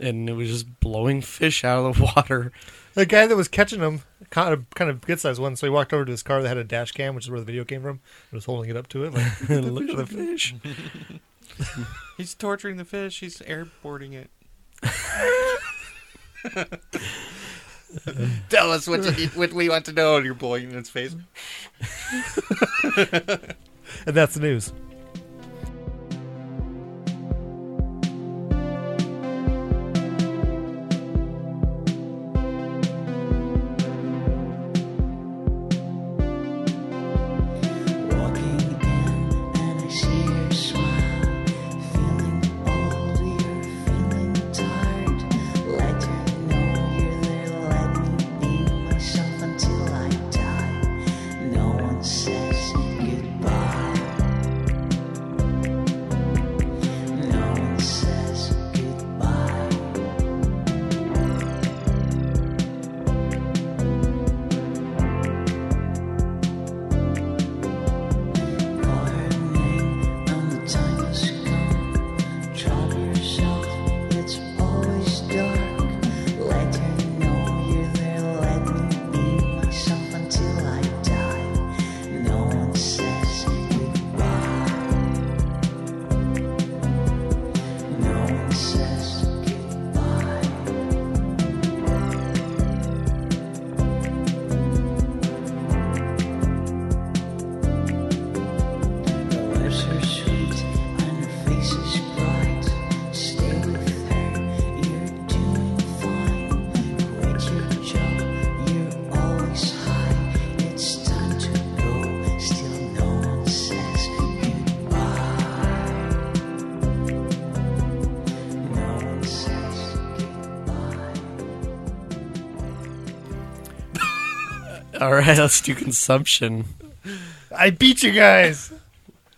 And it was just blowing fish out of the water. [LAUGHS] The guy that was catching him kind of kind of good sized one, so he walked over to his car that had a dash cam, which is where the video came from, and was holding it up to it. Like, [LAUGHS] Look at the fish. He's torturing the fish. He's airboarding it. [LAUGHS] Tell us what you need, what we want to know, and you're blowing in its face. and that's the news. Walking in and a sheer smile, feeling old, you're feeling tired. Let me know you're there, let me be myself until I die. No one says goodbye. No one says goodbye. Call her name and the time has come. Try yourself, it's always dark. Let her know you're there. Let me be myself until I die. No one says goodbye. No one says goodbye. The lips are sweet and her face is bright. Stay with her, you're doing fine. Quit your job, you're always high. It's time to go, still no one says goodbye. No one says goodbye. All right, let's do consumption. I beat you guys.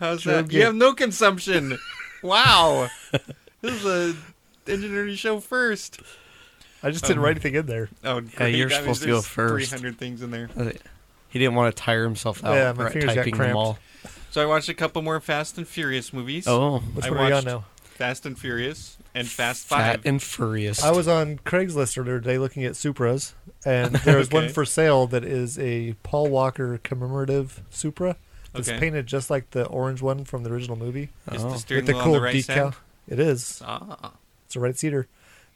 How's Sure, that? I'm You good. have no consumption. wow, [LAUGHS] this is a engineering show first. I just didn't write anything in there. Oh, great. you're That means supposed to go there's first. Three hundred things in there. He didn't want to tire himself out Yeah, my right, fingers got typing them cramped. all. So I watched a couple more Fast and Furious movies. Oh, Which I one are you on watched- now? Fast and Furious and Fast fat Five. and furious. I was on Craigslist earlier today looking at Supras, [LAUGHS] and there was one Okay. for sale that is a Paul Walker commemorative Supra. It's Okay. painted just like the orange one from the original movie. Is Oh. the steering with the wheel cool on the right decal. side? It is. Ah, It's a red cedar.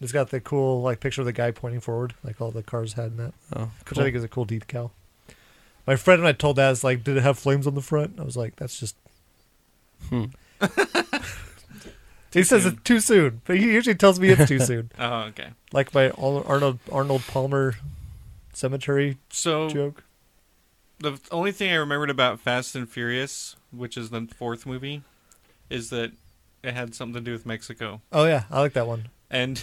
It's got the cool like picture of the guy pointing forward, like all the cars had in that, Oh, which cool. I think is a cool decal. My friend when I told that is like, did it have flames on the front? I was like, that's just. Hmm. [LAUGHS] he says it's too soon, but he usually tells me it's too soon. oh, okay. Like my Al- Arnold Arnold Palmer cemetery So joke. the only thing I remembered about Fast and Furious, which is the fourth movie, is that it had something to do with Mexico. Oh yeah, I like that one. And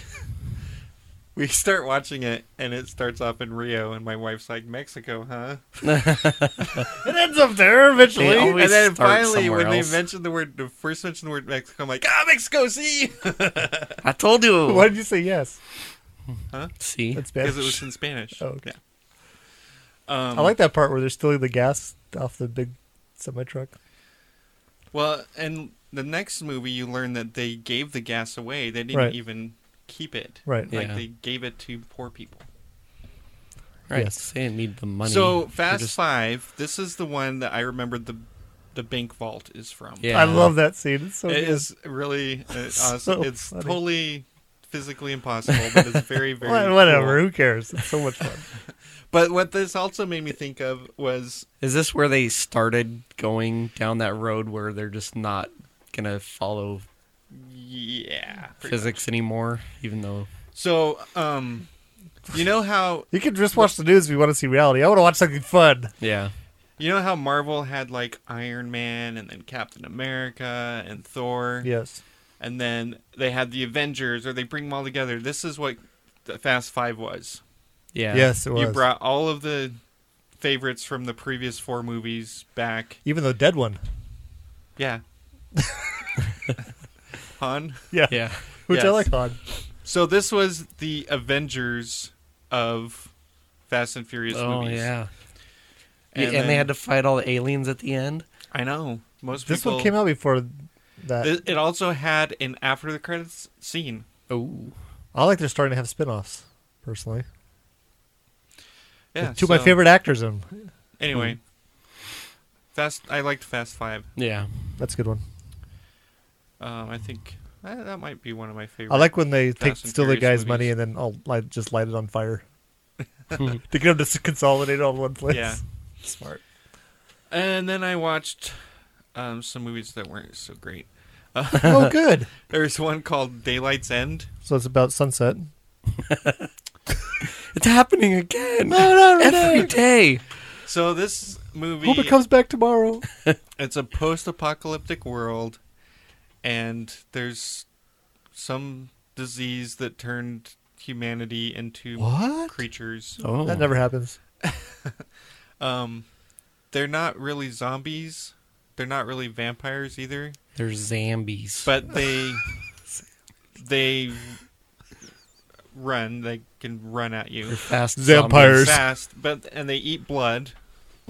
[LAUGHS] we start watching it, and it starts off in Rio, and my wife's like, Mexico, huh? It ends up there eventually. They always- and then start finally, somewhere when else. they mentioned the word, the first mention of the word Mexico, I'm like, ah, Mexico, see? I told you. Why did you say yes? See, That's bad. Because it was in Spanish. Oh, okay. Yeah. Um, I like that part where they're stealing the gas off the big semi truck. Well, and the next movie, you learn that they gave the gas away. They didn't Right. even keep it. Right. Like, Yeah. they gave it to poor people. right? Yes. They didn't need the money. So They're Fast just- Five, this is the one that I remembered the the bank vault is from. Yeah. I love that scene. It's so it good. is really uh, Oh, [LAUGHS] So awesome. it's funny. totally physically impossible, but it's [LAUGHS] very very Wha- Whatever. cool. Who cares? It's so much fun. But what this also made me think of was Is this where they started going down that road where they're just not gonna follow yeah. pretty- physics anymore? Even though So um, you know how You can just watch the news if you want to see reality. I want to watch something fun. yeah, you know how Marvel had like Iron Man and then Captain America and Thor. Yes. and then they had the Avengers, or they bring them all together. This is what the Fast Five was. yeah, Yes, it was. You brought all of the favorites from the previous four movies back. Even the dead one. [LAUGHS] Yeah. Han. Yeah. yeah, Which I Yes. like on. So this was the Avengers of Fast and Furious oh movies. yeah. And And, then- they had to fight all the aliens at the end. I know. Most This people. one came out before that. It it also had an after the credits scene. Oh, I like they're starting to have spin offs, personally. Yeah. With Two of my so- favorite actors in 'em. Hmm. Anyway. Fast. I liked Fast Five. yeah, That's a good one. Um, I think uh, that might be one of my favorite. I like when they take Fast and steal the Furious guy's money movies. and then I'll light, just light it [LAUGHS] on fire [LAUGHS] to get them to s- consolidate all in one place. Yeah. [LAUGHS] Smart. And then I watched um, some movies that weren't so great. [LAUGHS] oh, good. There's one called Daylight's End. So it's about sunset. it's happening again [LAUGHS] no, every day. So this movie, Hope it comes back tomorrow. [LAUGHS] it's a post-apocalyptic world, and there's some disease that turned humanity into What? creatures. Oh, That never happens. Um, they're not really zombies. They're not really vampires either. they're zombies. but they they run they can run at you they're fast Vampires. fast but and they eat blood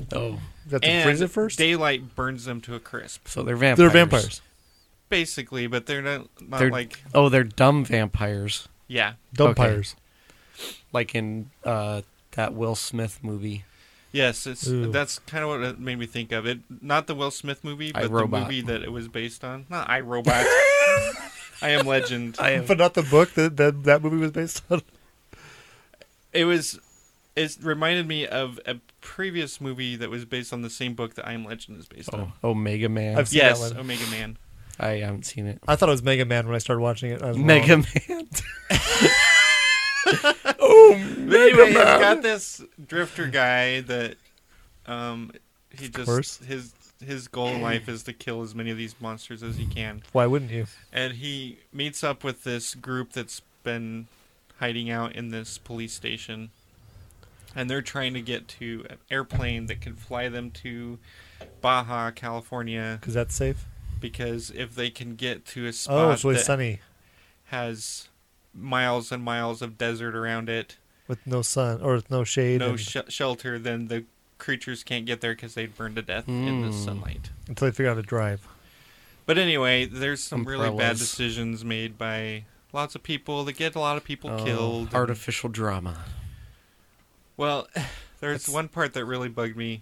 zombies. Oh, You have to and freeze it first? daylight burns them to a crisp so they're vampires. They're vampires. basically but they're not, not They're- like Oh, they're dumb vampires, yeah Dumpires. like in uh, that Will Smith movie. yes it's Ooh. that's kind of what it made me think of it not the will smith movie I, but Robot. the movie that it was based on not i robot i am legend But not the book that, that that movie was based on. it was it reminded me of a previous movie that was based on the same book that i am legend is based on Oh, Omega Man. I've seen that yes one. omega [LAUGHS] man I haven't seen it. I thought it was Mega Man when I started watching it. I was wrong. Mega Man. But anyway, he's got this drifter guy that um he just course. his his goal Mm. in life is to kill as many of these monsters as he can. Why wouldn't you? And he meets up with this group that's been hiding out in this police station. And they're trying to get to an airplane that can fly them to Baja, California, Because that's safe. because because if they can get to a spot Oh, it's always that sunny has miles and miles of desert around it, with no sun or with no shade no and- sh- shelter, then the creatures can't get there because they'd burn to death in the Mm. sunlight. until they figure out how to drive. But anyway, there's some really bad Umbrellas. decisions made by lots of people that get a lot of people Oh, killed. Artificial drama. well, [SIGHS] there's That's- one part that really bugged me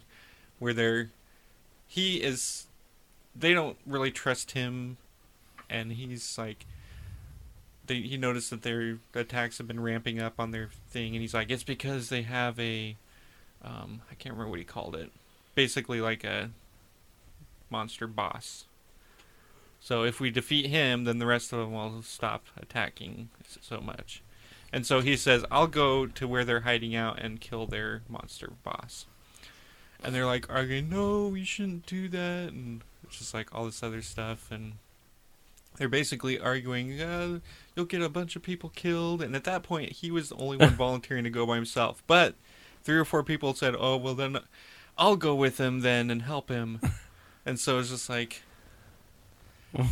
where they're he is they don't really trust him and he's like they, he noticed that their attacks have been ramping up on their thing, and he's like, it's because they have a, um, I can't remember what he called it, basically like a monster boss. So if we defeat him, then the rest of them will stop attacking s- so much. And so he says, I'll go to where they're hiding out and kill their monster boss. And they're like, arguing, no, you shouldn't do that. And it's just like all this other stuff. And they're basically arguing, uh, you'll get a bunch of people killed. And at that point, he was the only [LAUGHS] one volunteering to go by himself. But three or four people said, oh, well, then I'll go with him then and help [LAUGHS] him. And so it's just like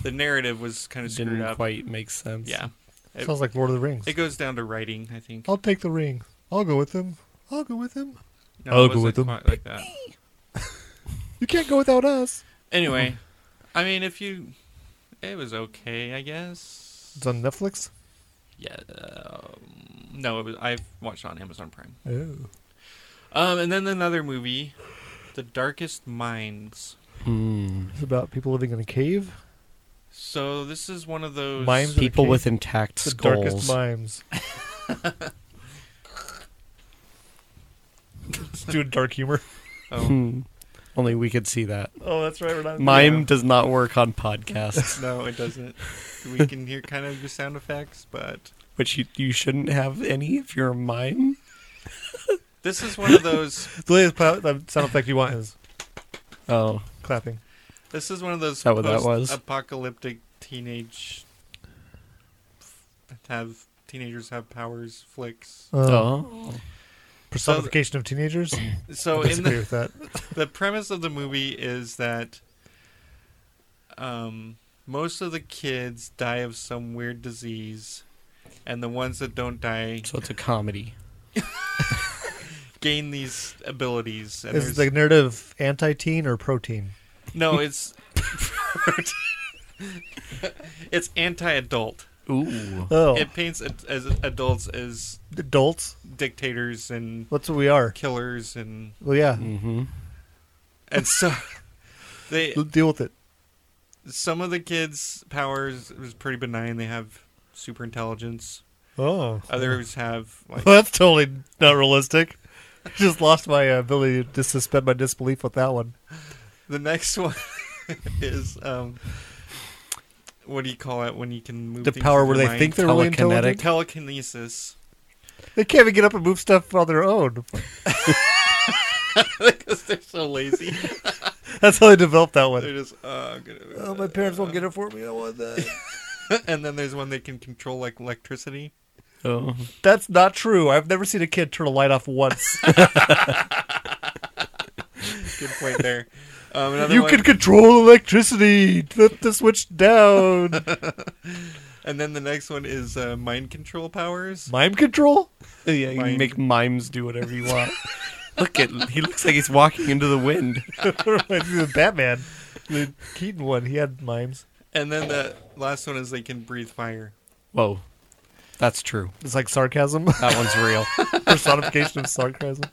the narrative was kind of screwed Didn't up. quite make sense. Yeah. It- Sounds like Lord of the Rings. It goes down to writing, I think. I'll take the ring. I'll go with him. I'll go with him. No, I'll it go wasn't with them. quite Like that. You can't go without us. Anyway, I mean, if you, it was okay, I guess. It's on Netflix. Yeah. Um, no, it was. I've watched it on Amazon Prime. Oh. Um, and then another movie, The Darkest Minds. Hmm. It's about people living in a cave. So this is one of those. Mimes in a People cave? with intact The darkest skulls. [LAUGHS] mimes. Let's do dark humor. Oh, [LAUGHS] Hmm. Only we could see that. [LAUGHS] Oh, that's right. We're not Mime does not work on podcasts, [LAUGHS] no, it doesn't. We can hear kind of the sound effects, but which you, you shouldn't have any if you're a mime. this is [LAUGHS] one of those. The latest pa- the sound effect you want is Oh, clapping. This is one of those Is that what that was? apocalyptic teenage have teenagers have powers flicks. Uh, oh. Personification of teenagers. So I in disagree the, with [LAUGHS] that. the premise of the movie is that um, most of the kids die of some weird disease, and the ones that don't die so it's a comedy. gain these abilities. And there's Is the narrative anti-teen or pro-teen? no, it's it's anti-adult. Ooh, Oh, It paints ad- as adults as adults. dictators and That's what we are. killers and Well, yeah. mm-hmm. and so they L- Deal with it. some of the kids powers is pretty benign they have super intelligence Oh, others have like well, [LAUGHS] that's totally not realistic. [LAUGHS] Just lost my uh, ability to suspend my disbelief with that one. the next [LAUGHS] one is um what do you call it when you can move The things power with where your they mind? think they're really Telekinetic. intelligent. telekinesis [LAUGHS] They can't even get up and move stuff on their own. because they're so lazy That's how they developed that they're one. just uh, I'm gonna- [LAUGHS] Oh, my parents won't get it for me. I want that. and then there's one that can control like electricity Oh, [LAUGHS] That's not true. I've never seen a kid [LAUGHS] turn a light off once. good point there um, another you one, can control electricity. Flip the switch [LAUGHS] down. and then the next one is uh, mind control powers Mime control? yeah. You Mime. can make mimes do whatever you [LAUGHS] want. Look at he looks like he's walking into the wind. Reminds me of Batman. The Keaton one. He had mimes. and then the last one is they can breathe fire Whoa, that's true. It's like sarcasm. [LAUGHS] That one's real. [LAUGHS] Personification of sarcasm.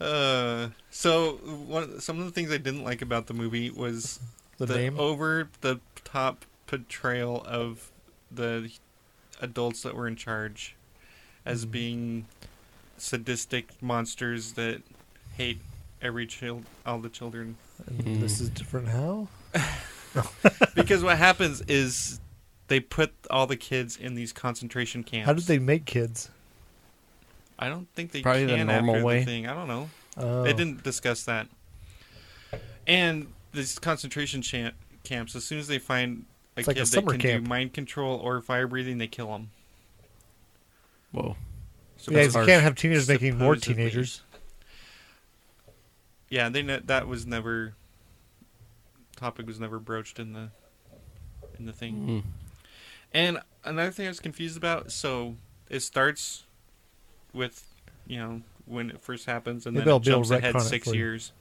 Uh, so one some of the things I didn't like about the movie was The, name? over the top portrayal of the adults that were in charge as Mm-hmm. being sadistic monsters that hate every child all the [LAUGHS] children And This is different how? because what happens is they put all the kids in these concentration camps How did they make kids? I don't think they Probably the can normal after way. the thing I don't know Oh. They didn't discuss that. And these concentration cha- camps, as soon as they find a kid It's like a that summer can camp. do mind control or fire breathing, they kill him. Whoa. So Oh. Yeah, you That's harsh. can't have teenagers making more Supposedly. teenagers. yeah, they ne- that was never topic was never broached in the in the thing. Mm. And another thing I was confused about. So it starts with you know when it first happens, and Maybe then I'll it be able to jumps ahead retcon it six for you. years.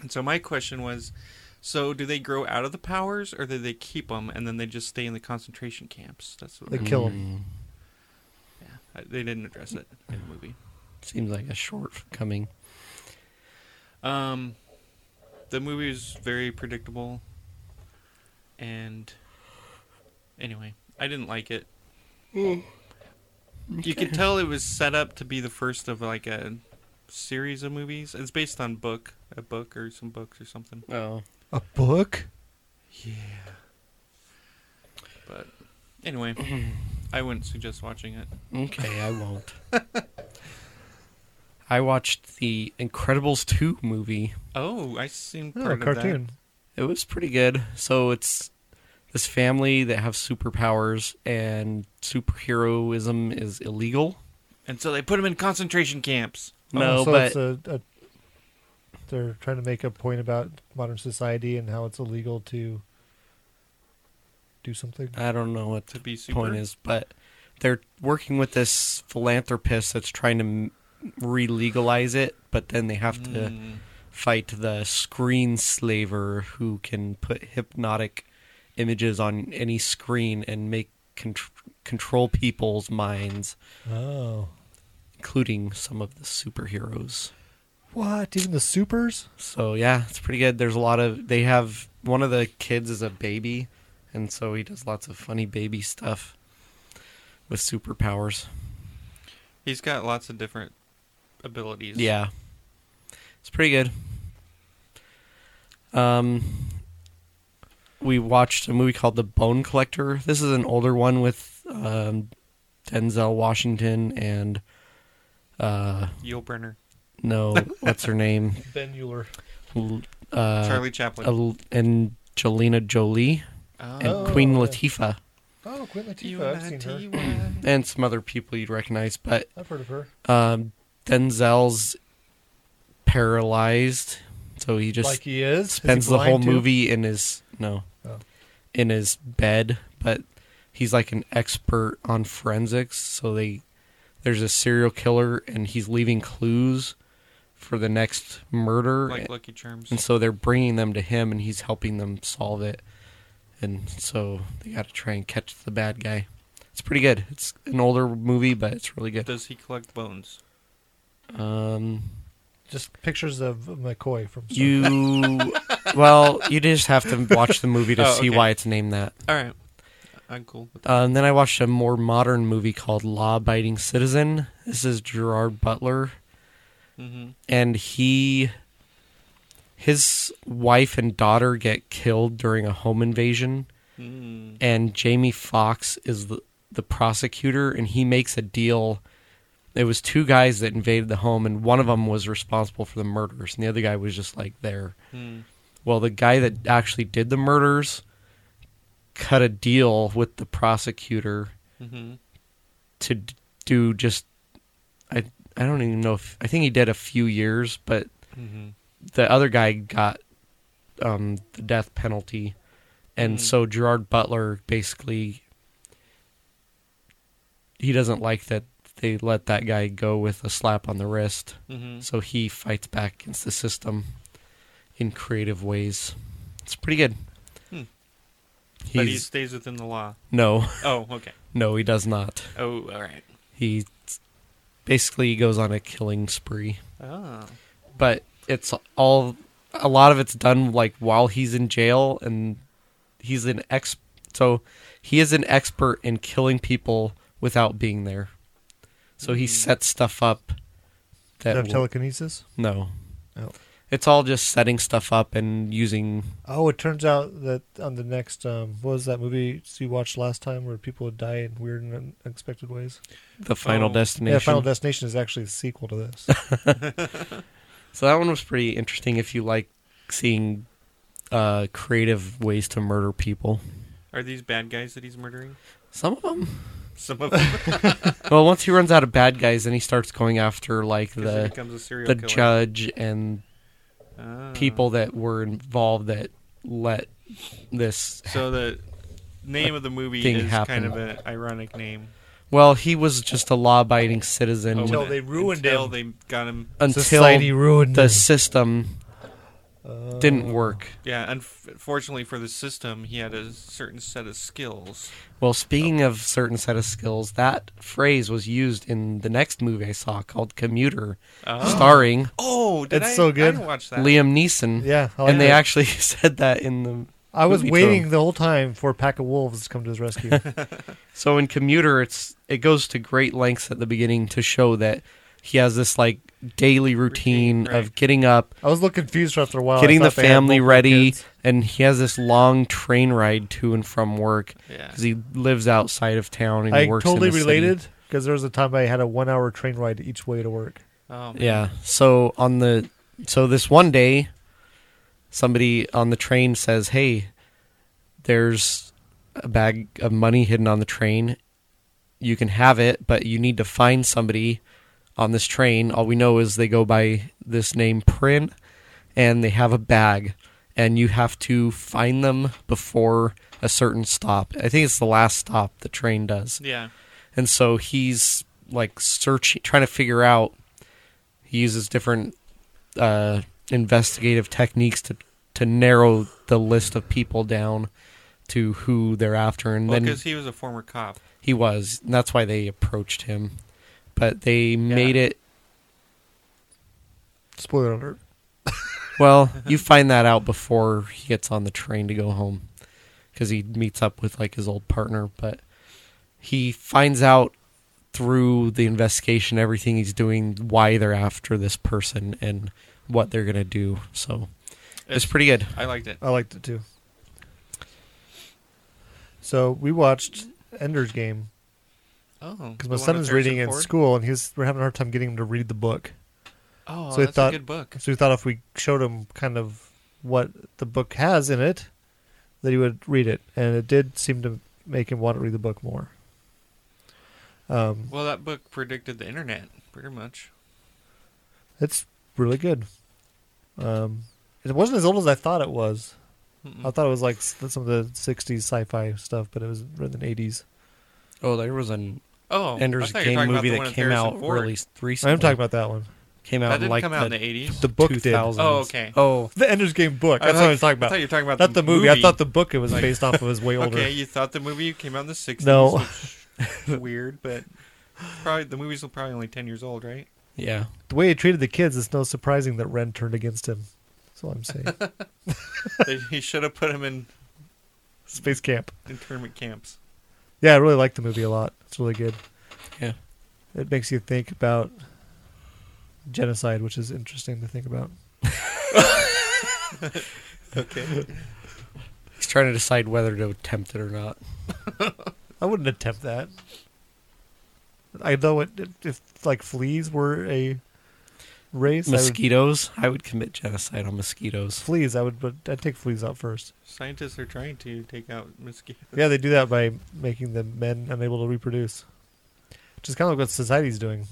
And so my question was, so do they grow out of the powers, or do they keep them and then they just stay in the concentration camps? That's what They I- kill Hmm. them. I- they didn't address it in the movie. Seems like a shortcoming. Um, the movie is very predictable, and anyway, I didn't like it. Hmm. You could tell it was set up to be the first of like a series of movies. It's based on book, a book or some books or something. Oh. A book? Oh, Yeah. But anyway, [CLEARS THROAT] I wouldn't suggest watching it. Okay, [LAUGHS] I won't. I watched the Incredibles 2 movie. Oh, I seen Oh, part of cartoon. It was pretty good. So it's this family that have superpowers and superheroism is illegal. that. And so they put him in concentration camps. No, oh, so but it's a, a, they're trying to make a point about modern society and how it's illegal to do something. I don't know what To be the point super? is, but they're working with this philanthropist that's trying to m- re-legalize it, but then they have to Mm. fight the screen slaver who can put hypnotic images on any screen and make con- control people's minds, Oh. including some of the superheroes. What? Even the supers? So yeah, it's pretty good. There's a lot of they have one of the kids is a baby, and so he does lots of funny baby stuff with superpowers. He's got lots of different abilities. Yeah. It's pretty good. Um we watched a movie called The Bone Collector. This is an older one with um Denzel Washington and uh Yul Brenner, no, what's her name? Ben Euler. L- Uh Charlie Chaplin. Al- Angelina Jolie and oh. Queen yeah. Latifah Oh, Queen You Latifah. I've seen her. [CLEARS THROAT] T-Y. and some other people you'd recognize, but I've heard of her. um Denzel's paralyzed, so he just like he is. Is he spends the whole blind, too? movie in his no Oh. in his bed but he's like an expert on forensics so they there's a serial killer and he's leaving clues for the next murder like Lucky Charms. and so they're bringing them to him and he's helping them solve it and so they got to try and catch the bad guy it's pretty good it's an older movie but it's really good Does he collect bones? um Just pictures of McCoy from. Star Trek. you well you just have to watch the movie [LAUGHS] to Oh, see okay. why it's named that All right, Uh, I'm cool with that. Um, then I watched a more modern movie called Law Abiding Citizen. This is Gerard Butler, hmm and he, his wife and daughter get killed during a home invasion, Mm. and Jamie Foxx is the, the prosecutor, and he makes a deal. It was two guys that invaded the home, and one of them was responsible for the murders, and the other guy was just like there. Mm. Well, the guy that actually did the murders cut a deal with the prosecutor hmm to d- do just I I don't even know if I think he did a few years, but hmm the other guy got um, the death penalty, and Mm. so Gerard Butler basically he doesn't like that they let that guy go with a slap on the wrist, hmm so he fights back against the system in creative ways. It's pretty good. Hmm. He's, But he stays within the law. no, [LAUGHS] Oh, okay. no, he does not. Oh, all right. He basically goes on a killing spree. Ah. Oh, but it's all a lot of it's done like while he's in jail and he's an ex so he is an expert in killing people without being there so Hmm. he sets stuff up Does that it have will- telekinesis. no Oh. it's all just setting stuff up and using Oh, it turns out that on the next, um, what was that movie you watched last time where people would die in weird and unexpected ways? the final Oh. destination Yeah, Final Destination is actually a sequel [LAUGHS] to this. so that one was pretty interesting if you like seeing uh, creative ways to murder people are these bad guys that he's [LAUGHS] murdering? some of them Some of them. well once he runs out of bad guys then he starts going after [LAUGHS] like 'Cause he the becomes a serial the killer. judge and Ah. people that were involved that let this So the name of the movie Thing is happened. kind of an ironic name. well he was just a law-abiding citizen Oh, Until when they it- ruined until him. they got him. until Society ruined the them. system Oh. didn't work Yeah, unfortunately for the system, he had a certain set of skills. well speaking of certain set of skills that phrase was used in the next movie i saw called commuter starring Oh, did It's I, so good. I watched that. liam neeson Yeah, oh, I like and they that. actually [LAUGHS] said that in the I was Poopy waiting Tom. the whole time for a pack of wolves to come to [LAUGHS] his rescue. So in commuter, it's it goes to great lengths at the beginning to show that he has this like daily routine, Routine, right. of getting up, I was looking confused after a while. I getting the thought they had family multiple ready, kids. and he has this long train ride to and from work Yeah. because he lives outside of town and I he works. in totally the city. related because there was a time I had a one-hour train ride each way to work. Um, Yeah. So on the so this one day, somebody on the train says, "Hey, there's a bag of money hidden on the train. You can have it, but you need to find somebody on this train. All we know is they go by this name Prin, and they have a bag, and you have to find them before." A certain stop. I think it's the last stop the train does. Yeah. And so he's like searching, trying to figure out. He uses different uh, investigative techniques to to narrow the list of people down to who they're after, and Well, then because he was a former cop. he was. And that's why they approached him, but they made it. Spoiler alert. Well, you find that out before he gets on the train to go home because he meets up with like his old partner. But he finds out through the investigation, everything he's doing, why they're after this person and what they're going to do. So it's pretty good. I liked it. I liked it too. So we watched Ender's Game Oh, because my son was reading in school and he was we're having a hard time getting him to read the book. Oh, so he that's thought- a good book. So we thought if we showed him kind of what the book has in it, that he would read it, and it did seem to make him want to read the book more. Um, Well, that book predicted the internet pretty much. it's really good. Um, it wasn't as old as I thought it was. Mm-mm. I thought it was like s- some of the '60s sci-fi stuff, but it was written in the '80s. Oh, there was an Oh, I Ender's thought you were Game talking about movie the that one with came Harrison out Ford. released recently. I'm talking about that one. came out That in didn't like come the, out in the eighties. The book did. 2000s. Oh, okay. Oh, The Ender's Game book. That's thought- what I was talking I about. thought you were talking about Not the movie. I thought the book it was Like- based off of is way older. [LAUGHS] Okay, you thought the movie came out in the sixties. No. [LAUGHS] which, weird, but probably the movie's probably only ten years old, right? yeah. The way he treated the kids, it's no surprising that Ren turned against him. That's all I'm saying. [LAUGHS] they, he should have put him in Space Camp. internment camps. Yeah, I really like the movie a lot. It's really good. Yeah. It makes you think about genocide, which is interesting to think about. He's trying to decide whether to attempt it or not. I wouldn't attempt that. I know it, if like fleas were a race, I would, Mosquitoes. I would commit genocide on mosquitoes. fleas. I would, but I'd take fleas out first. Scientists are trying to take out mosquitoes. Yeah, they do that by making the men unable to reproduce, which is kind of like what society's doing.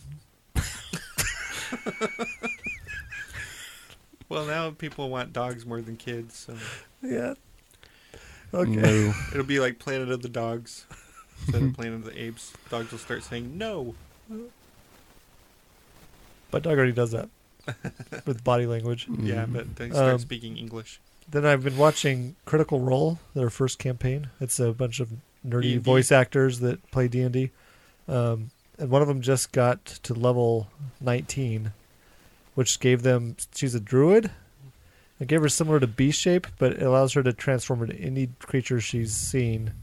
Well, now people want dogs more than kids, so Yeah. Okay. Moo. it'll be like Planet of the Dogs instead [LAUGHS] of Planet of the Apes. Dogs will start saying no. My dog already does that with body language. Yeah, but they start Um, speaking English. Then I've been watching Critical Role, their first campaign. It's a bunch of nerdy D&D. voice actors that play D and D, um, and one of them just got to level 19, which gave them. She's a druid. It gave her similar to B shape, but it allows her to transform into any creature she's seen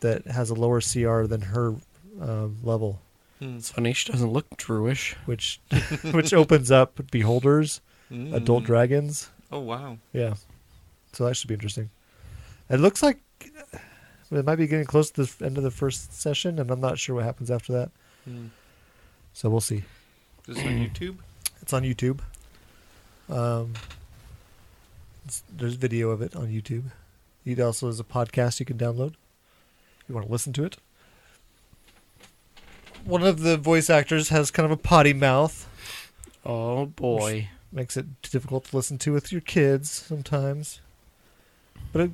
that has a lower CR than her um, level. Hmm. It's funny. She doesn't look Druish. which [LAUGHS] which opens up beholders, adult Mm. dragons. Oh wow. Yeah, so that should be interesting. It looks like it might be getting close to the f- end of the first session, and I'm not sure what happens after that. Hmm. So we'll see. Is [CLEARS THROAT] this on YouTube? It's on YouTube. Um, it's- there's video of it on YouTube. It also is a podcast you can download. If you want to listen to it. One of the voice actors has kind of a potty mouth. Oh boy. makes it difficult to listen to with your kids sometimes. But it,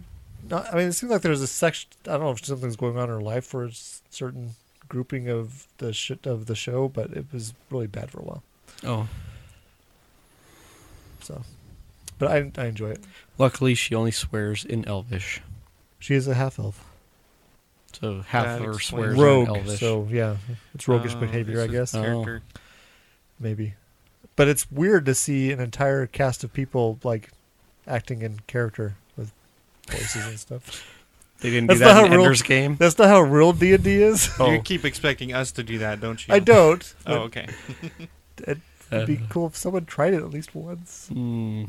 not, I mean, it seems like there's a section. I don't know if something's going on in her life for a s- certain grouping of the shit of the show, but it was really bad for a while. Oh. So, but I I enjoy it. Luckily, she only swears in Elvish, She is a half elf, so half That of her explains swears There's rogue. in Elvish. So yeah, it's roguish Oh, behavior, this I is guess. Oh. Character. maybe. But it's weird to see an entire cast of people like acting in character with places [LAUGHS] and stuff. They didn't That's do that not in how real- Ender's [LAUGHS] Game. That's not how real D and D is. You keep expecting us to do that, don't you? Oh. I don't. Oh, but okay. It'd be cool if someone tried it at least once. Uh, Hmm.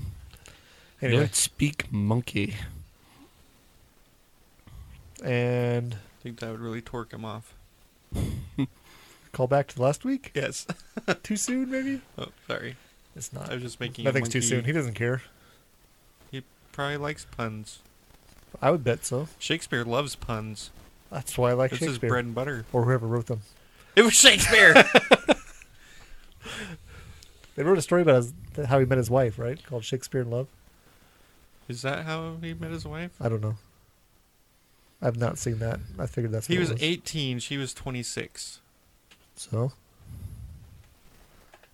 Anyway, Don't speak monkey. and I think that would really torque him off. call back to last week. Yes. Too soon, maybe. Oh, sorry. It's I not. was just making. a Nothing's too monkey- soon. He doesn't care. probably likes puns. I would bet so. Shakespeare loves puns. That's why I like This is Shakespeare bread and butter. or whoever wrote them. It was Shakespeare. They wrote a story about his, how he met his wife, right? Called Shakespeare in Love. is that how he met his wife? I don't know. I've not seen that. I figured that's He what was it was. 18. She was 26. So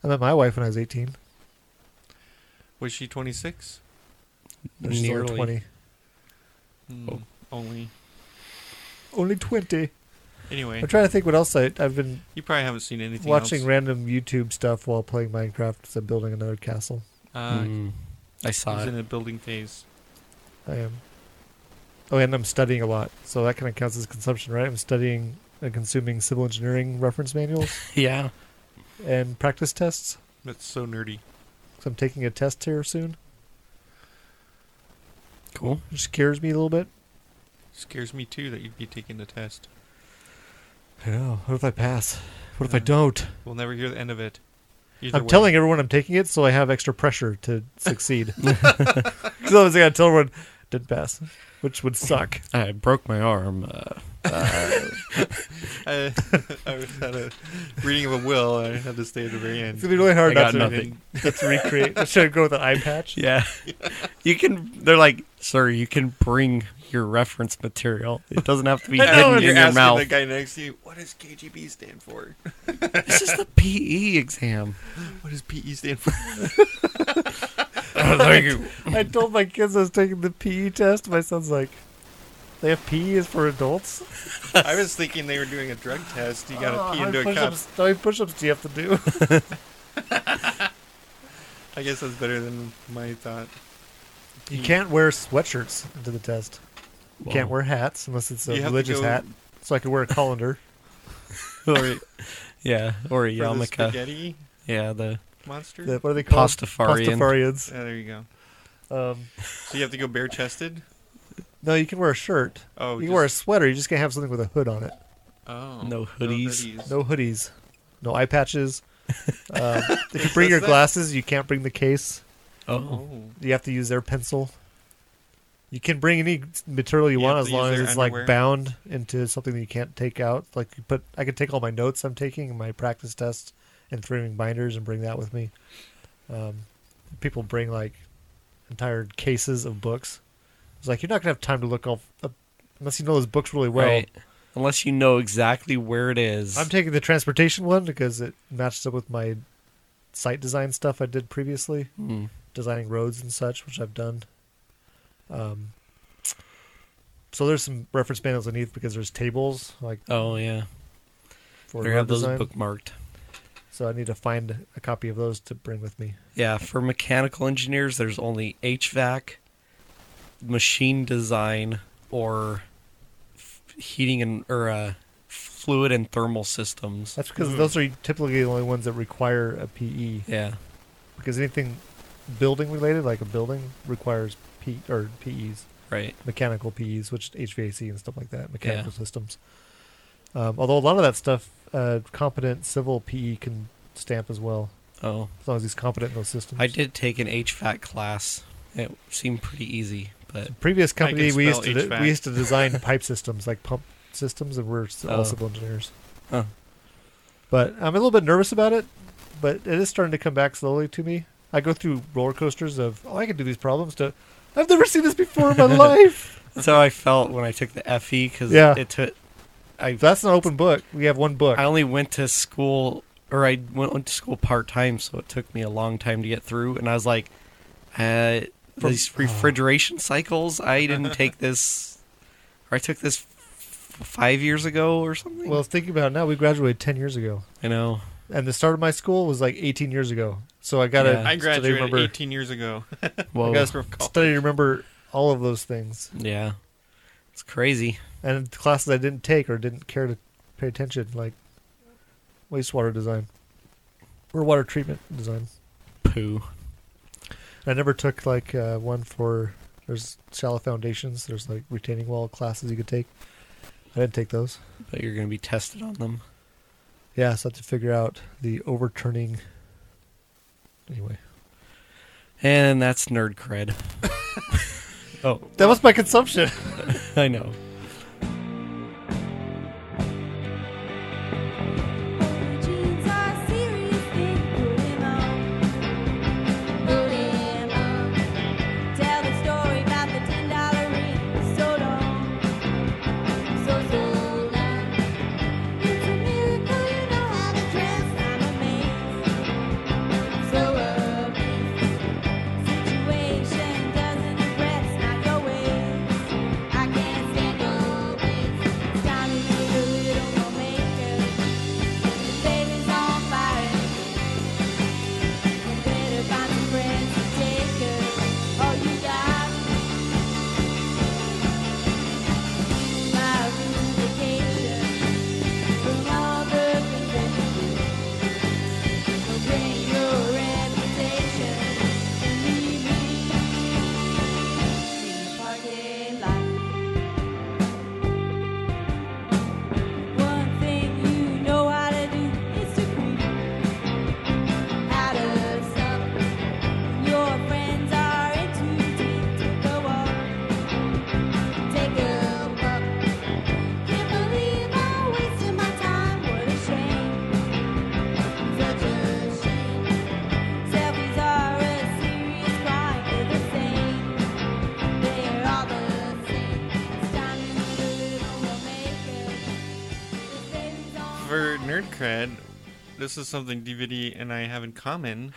I met my wife when I was eighteen. Was she 26? Or she's only Nearly. twenty. Hmm, Only. Only twenty. Anyway, I'm trying to think what else I, I've been you probably haven't seen anything watching else. random YouTube stuff while playing Minecraft. So building another castle. uh, Hmm. I saw He's it. in a building phase. I am. Oh, and I'm studying a lot, so that kind of counts as consumption, right? I'm studying and consuming civil engineering reference manuals [LAUGHS] Yeah. and practice tests. That's so nerdy. So I'm taking a test here soon, Cool. which scares me a little bit. Scares me too that you'd be taking the test. I know. What if I pass? What if I don't? We'll never hear the end of it. Either I'm way. telling everyone I'm taking it, so I have extra pressure [LAUGHS] to succeed. Because otherwise, I gotta tell everyone didn't pass, which would suck. I broke my arm. Uh, I, Uh, [LAUGHS] I was at a reading of a will. and I had to stay at the very It's end. gonna be really hard I not got to, nothing. not to recreate. [LAUGHS] Should I go with an eye [LAUGHS] patch? Yeah. [LAUGHS] you can. They're like, sir, you can bring your reference material. It doesn't have to be [LAUGHS] I know, hidden and in you're your asking mouth. the guy next to you, what does KGB stand for? This is the [LAUGHS] PE exam. What does PE stand for? thank you. I told my kids I was taking the PE test. My son's like, "They have PE is for adults." I was thinking they were doing a drug test. You gotta Oh, pee how into many a cup. push-ups- How many push-ups do you have [LAUGHS] to do? I guess that's better than my thought. you can't wear sweatshirts into the test. You can't wear hats unless it's a You have to religious go hat. So I could wear a [LAUGHS] colander. or, yeah, or For a the yarmulke. spaghetti Yeah, the monster? The- what are they called? Pastafarian. Pastafarians. Yeah, there you go. Um, So you have to go bare chested? no, you can wear a shirt. Oh, you can wear a just- sweater. You just can't have something with a hood on it. Oh. No hoodies. No hoodies. No [LAUGHS] eye patches. Um, if you bring says your that? glasses, you can't bring the case. oh, Oh. You have to use their pencil. You can bring any material you, You want have to as use long as their it's underwear? like bound into something that you can't take out. Like, you put I could take all my notes I'm taking and my practice tests and three binders and bring that with me. Um, people bring like entire cases of books. It's like you're not gonna have time to look all up unless you know those books really well. right. Unless you know exactly where it is. I'm taking the transportation one because it matches up with my site design stuff I did previously, Hmm. designing roads and such, which I've done. Um, so there's some reference manuals underneath because there's tables like oh yeah, for they road have those design. bookmarked. So I need to find a copy of those to bring with me. Yeah, for mechanical engineers, there's only HVAC, machine design, or f- heating and or uh, fluid and thermal systems. That's because those are typically the only ones that require a PE Yeah, because anything building related, like a building, requires P or PEs. right. mechanical PEs, which HVAC and stuff like that, mechanical systems. Um, although a lot of that stuff, uh, competent civil PE can stamp as well, Oh, as long as he's competent in those systems. I did take an HVAC class. It seemed pretty easy, but Previous company we used spell to de- HVAC. we used to design pipe systems like pump systems, and we're s- all Oh. civil engineers. Huh. But I'm a little bit nervous about it, but it is starting to come back slowly to me. I go through roller coasters of oh I can do these problems to I've never seen this [LAUGHS] before in my life. that's how I felt when I took the FE because Yeah. it took. I That's an open book. We have one book. I only went to school, or I went, went to school part time, so it took me a long time to get through. And I was like, uh, From- these refrigeration cycles, I [LAUGHS] didn't take this, or I took this f- five years ago or something. Well, thinking about it now, we graduated ten years ago. I [LAUGHS] know. and the start of my school was like 18 years ago. So I gotta I Yeah. study to graduated remember. Oh. 18 years ago. Whoa. I gotta study to remember all of those things, Yeah. It's crazy. and classes I didn't take or didn't care to pay attention, like wastewater design or water treatment design. Poo. I never took like uh, one for there's shallow foundations. There's like retaining wall classes you could take. I didn't take those. But you're going to be tested on them. Yeah, so I had to figure out the overturning. Anyway, And that's nerd cred. [LAUGHS] oh, that was my consumption. [LAUGHS] I know. Jeans are serious thing. Put 'em on, put 'em on. Tell the story about the ten dollar ring. So long, so so long. It's a miracle you know how to dress. I'm amazed, so amazed. Situation doesn't impress, not your ways. I can't stand your ways. It's time to do a little more makeup. Baby's on fire. Better find some friends to take her. All you got, my vacation from all the things that you do. So bring your reputation and leave me in the parking lot. One thing you know how to do is to creep out of something. Your friends are in too deep to go up. Take a walk. Can't believe I'm wasting my time. What a shame. Such a shame. Selfies are a serious crime. They're the same. They're all the same. It's time to do a little more makeup. For nerd cred, this is something DVD and I have in [SIGHS] common.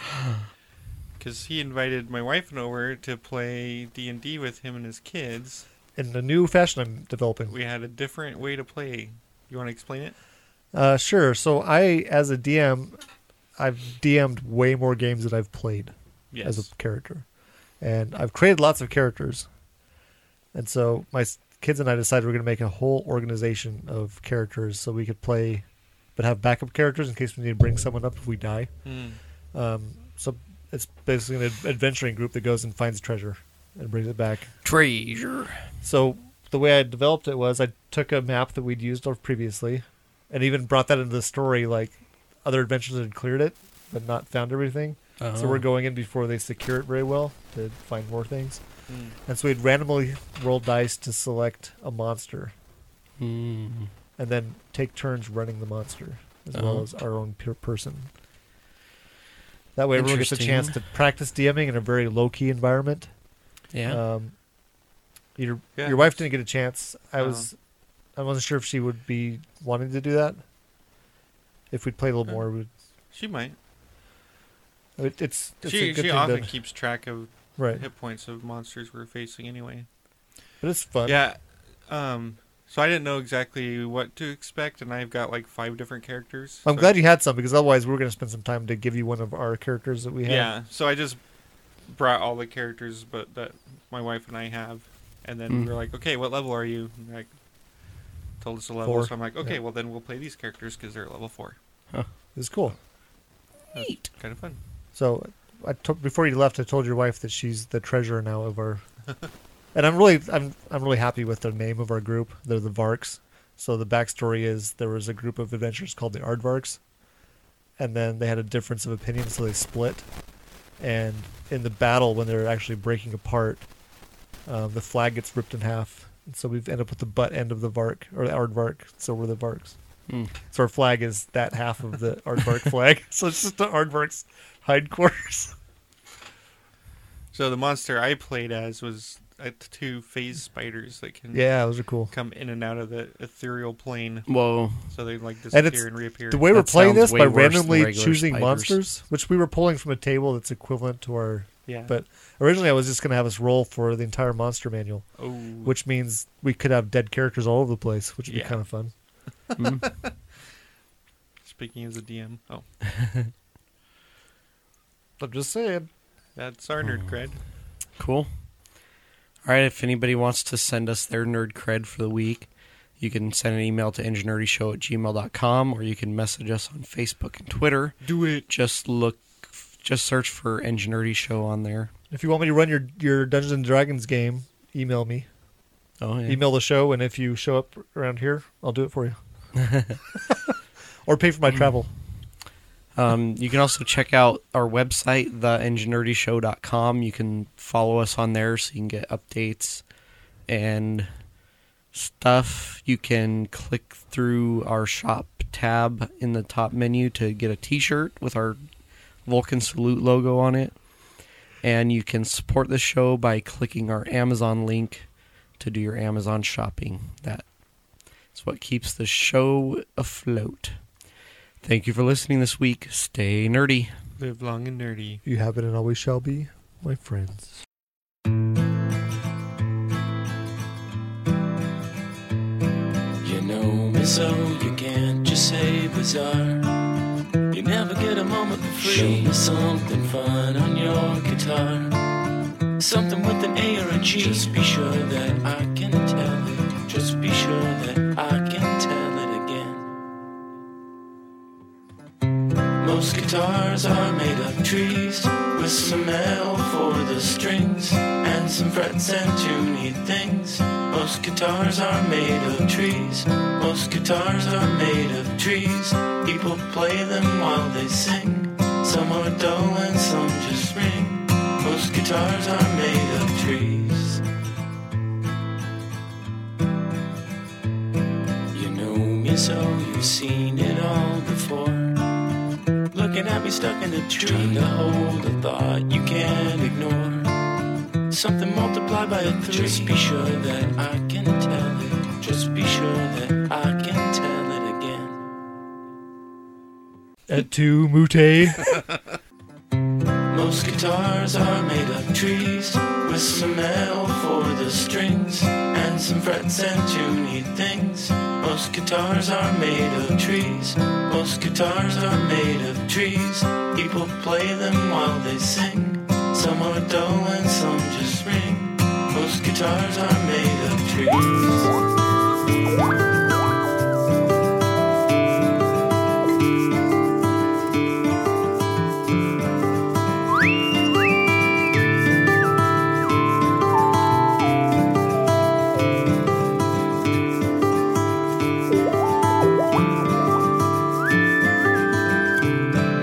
Because he invited my wife and over to play D and D with him and his kids. In the new fashion I'm developing. We had a different way to play. You want to explain it? Uh, sure. So I, as a DM, I've DM'd way more games than I've played as a character, and I've created lots of characters. And so my s- kids and I decided we're going to make a whole organization of characters so we could play, but have backup characters in case we need to bring someone up if we die. Hmm. Um, so it's basically an ad- adventuring group that goes and finds treasure and brings it back. Treasure. So the way I developed it was I took a map that we'd used of previously, and even brought that into the story. Like other adventures had cleared it, but not found everything. So Uh-huh. Oh. we're going in before they secure it very well to find more things. hmm. And so we'd randomly roll dice to select a monster, Mm. and then take turns running the monster as well Oh. as our own per- person. That way, everyone gets a chance to Interesting. practice DMing in a very low key environment. Yeah. Um, your Yeah. your wife didn't get a chance. I Uh-huh. was, I wasn't sure if she would be wanting to do that. If we'd play a Mm. little Uh, more, we'd, She might. it, it's, it's she a good she thing often to, keeps track of right. hit points of monsters we're facing anyway. But it's fun. Yeah. Um. So I didn't know exactly what to expect, and I've got like five different characters. I'm so- glad you had some because otherwise we were going to spend some time to give you one of our characters that we Yeah. have. So I just brought all the characters, but that my wife and I have, and then Mm. we are like, "Okay, what level are you?" And like, told us a level, Four. so I'm like, "Okay, Yeah. well then we'll play these characters because they're at level four. It was cool. That's kind of fun. So I to- before you left, I told your wife that she's the treasurer now of our. [LAUGHS] and I'm really I'm I'm really happy with the name of our group. They're the Varks. So the backstory is there was a group of adventurers called the Aardvarks, and then they had a difference of opinion, so they split. And in the battle, when they're actually breaking apart, um, the flag gets ripped in half. And so we've ended up with the butt end of the Vark or the Aardvark. So we're the Varks. Hmm. So our flag is that half of the Aardvark flag. [LAUGHS] So it's just the Aardvark's hindquarters. So the monster I played as was uh, two phase spiders that can Yeah, those are cool. come in and out of the ethereal plane, Whoa. so they like it's- disappear and reappear. The way we're That playing sounds this way by worse than randomly regular choosing spiders. monsters, which we were pulling from a table that's equivalent to our. yeah. But originally, I was just going to have us roll for the entire monster manual, oh, which means we could have dead characters all over the place, which would be Yeah. kind of fun. speaking as a DM. Oh, I'm just saying. Oh. that's our nerd cred. Cool. All right, if anybody wants to send us their nerd cred for the week, you can send an email to enginerdyshow at gmail.com or you can message us on Facebook and Twitter. Do it. Just look, just search for Engineerdy Show on there. If you want me to run your, your Dungeons and Dragons game, email me. Oh, yeah. Email the show, and if you show up around here, I'll do [LAUGHS] it for you. or pay for my Mm. travel. Um, you can also check out our website, theenginerdyshow.com. You can follow us on there so you can get updates and stuff. You can click through our shop tab in the top menu to get a t shirt with our Vulcan Salute logo on it. And you can support the show by clicking our Amazon link to do your Amazon shopping. That is what keeps the show afloat. Thank you for listening this week. Stay nerdy. Live long and nerdy. You have it and always shall be, my friends. You know me so you can't just say bizarre. You never get a moment for free. Show me something fun on your guitar. Something with an A or a G. Just be sure that I can tell it. Just be sure that I can tell it again. Most guitars are made of trees with some L for the strings and some frets and tuney things. Most guitars are made of trees. Most guitars are made of trees. People play them while they sing. Some are dull and some just ring. Most guitars are made of trees. You know me, so you've seen it all before. Looking at me stuck in a tree. Trying to hold a thought you can't ignore. Something multiplied by a three. Just be sure that I can tell it. Just be sure that I can tell it again. Et tu, Mute? Most guitars are made of trees with some L for the strings and some frets and tuney things. Most guitars are made of trees. Most guitars are made of trees. People play them while they sing. Some are dull and some just ring. Most guitars are made of trees.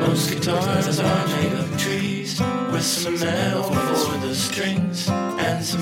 Most guitars are made of trees with some metal for the strings and some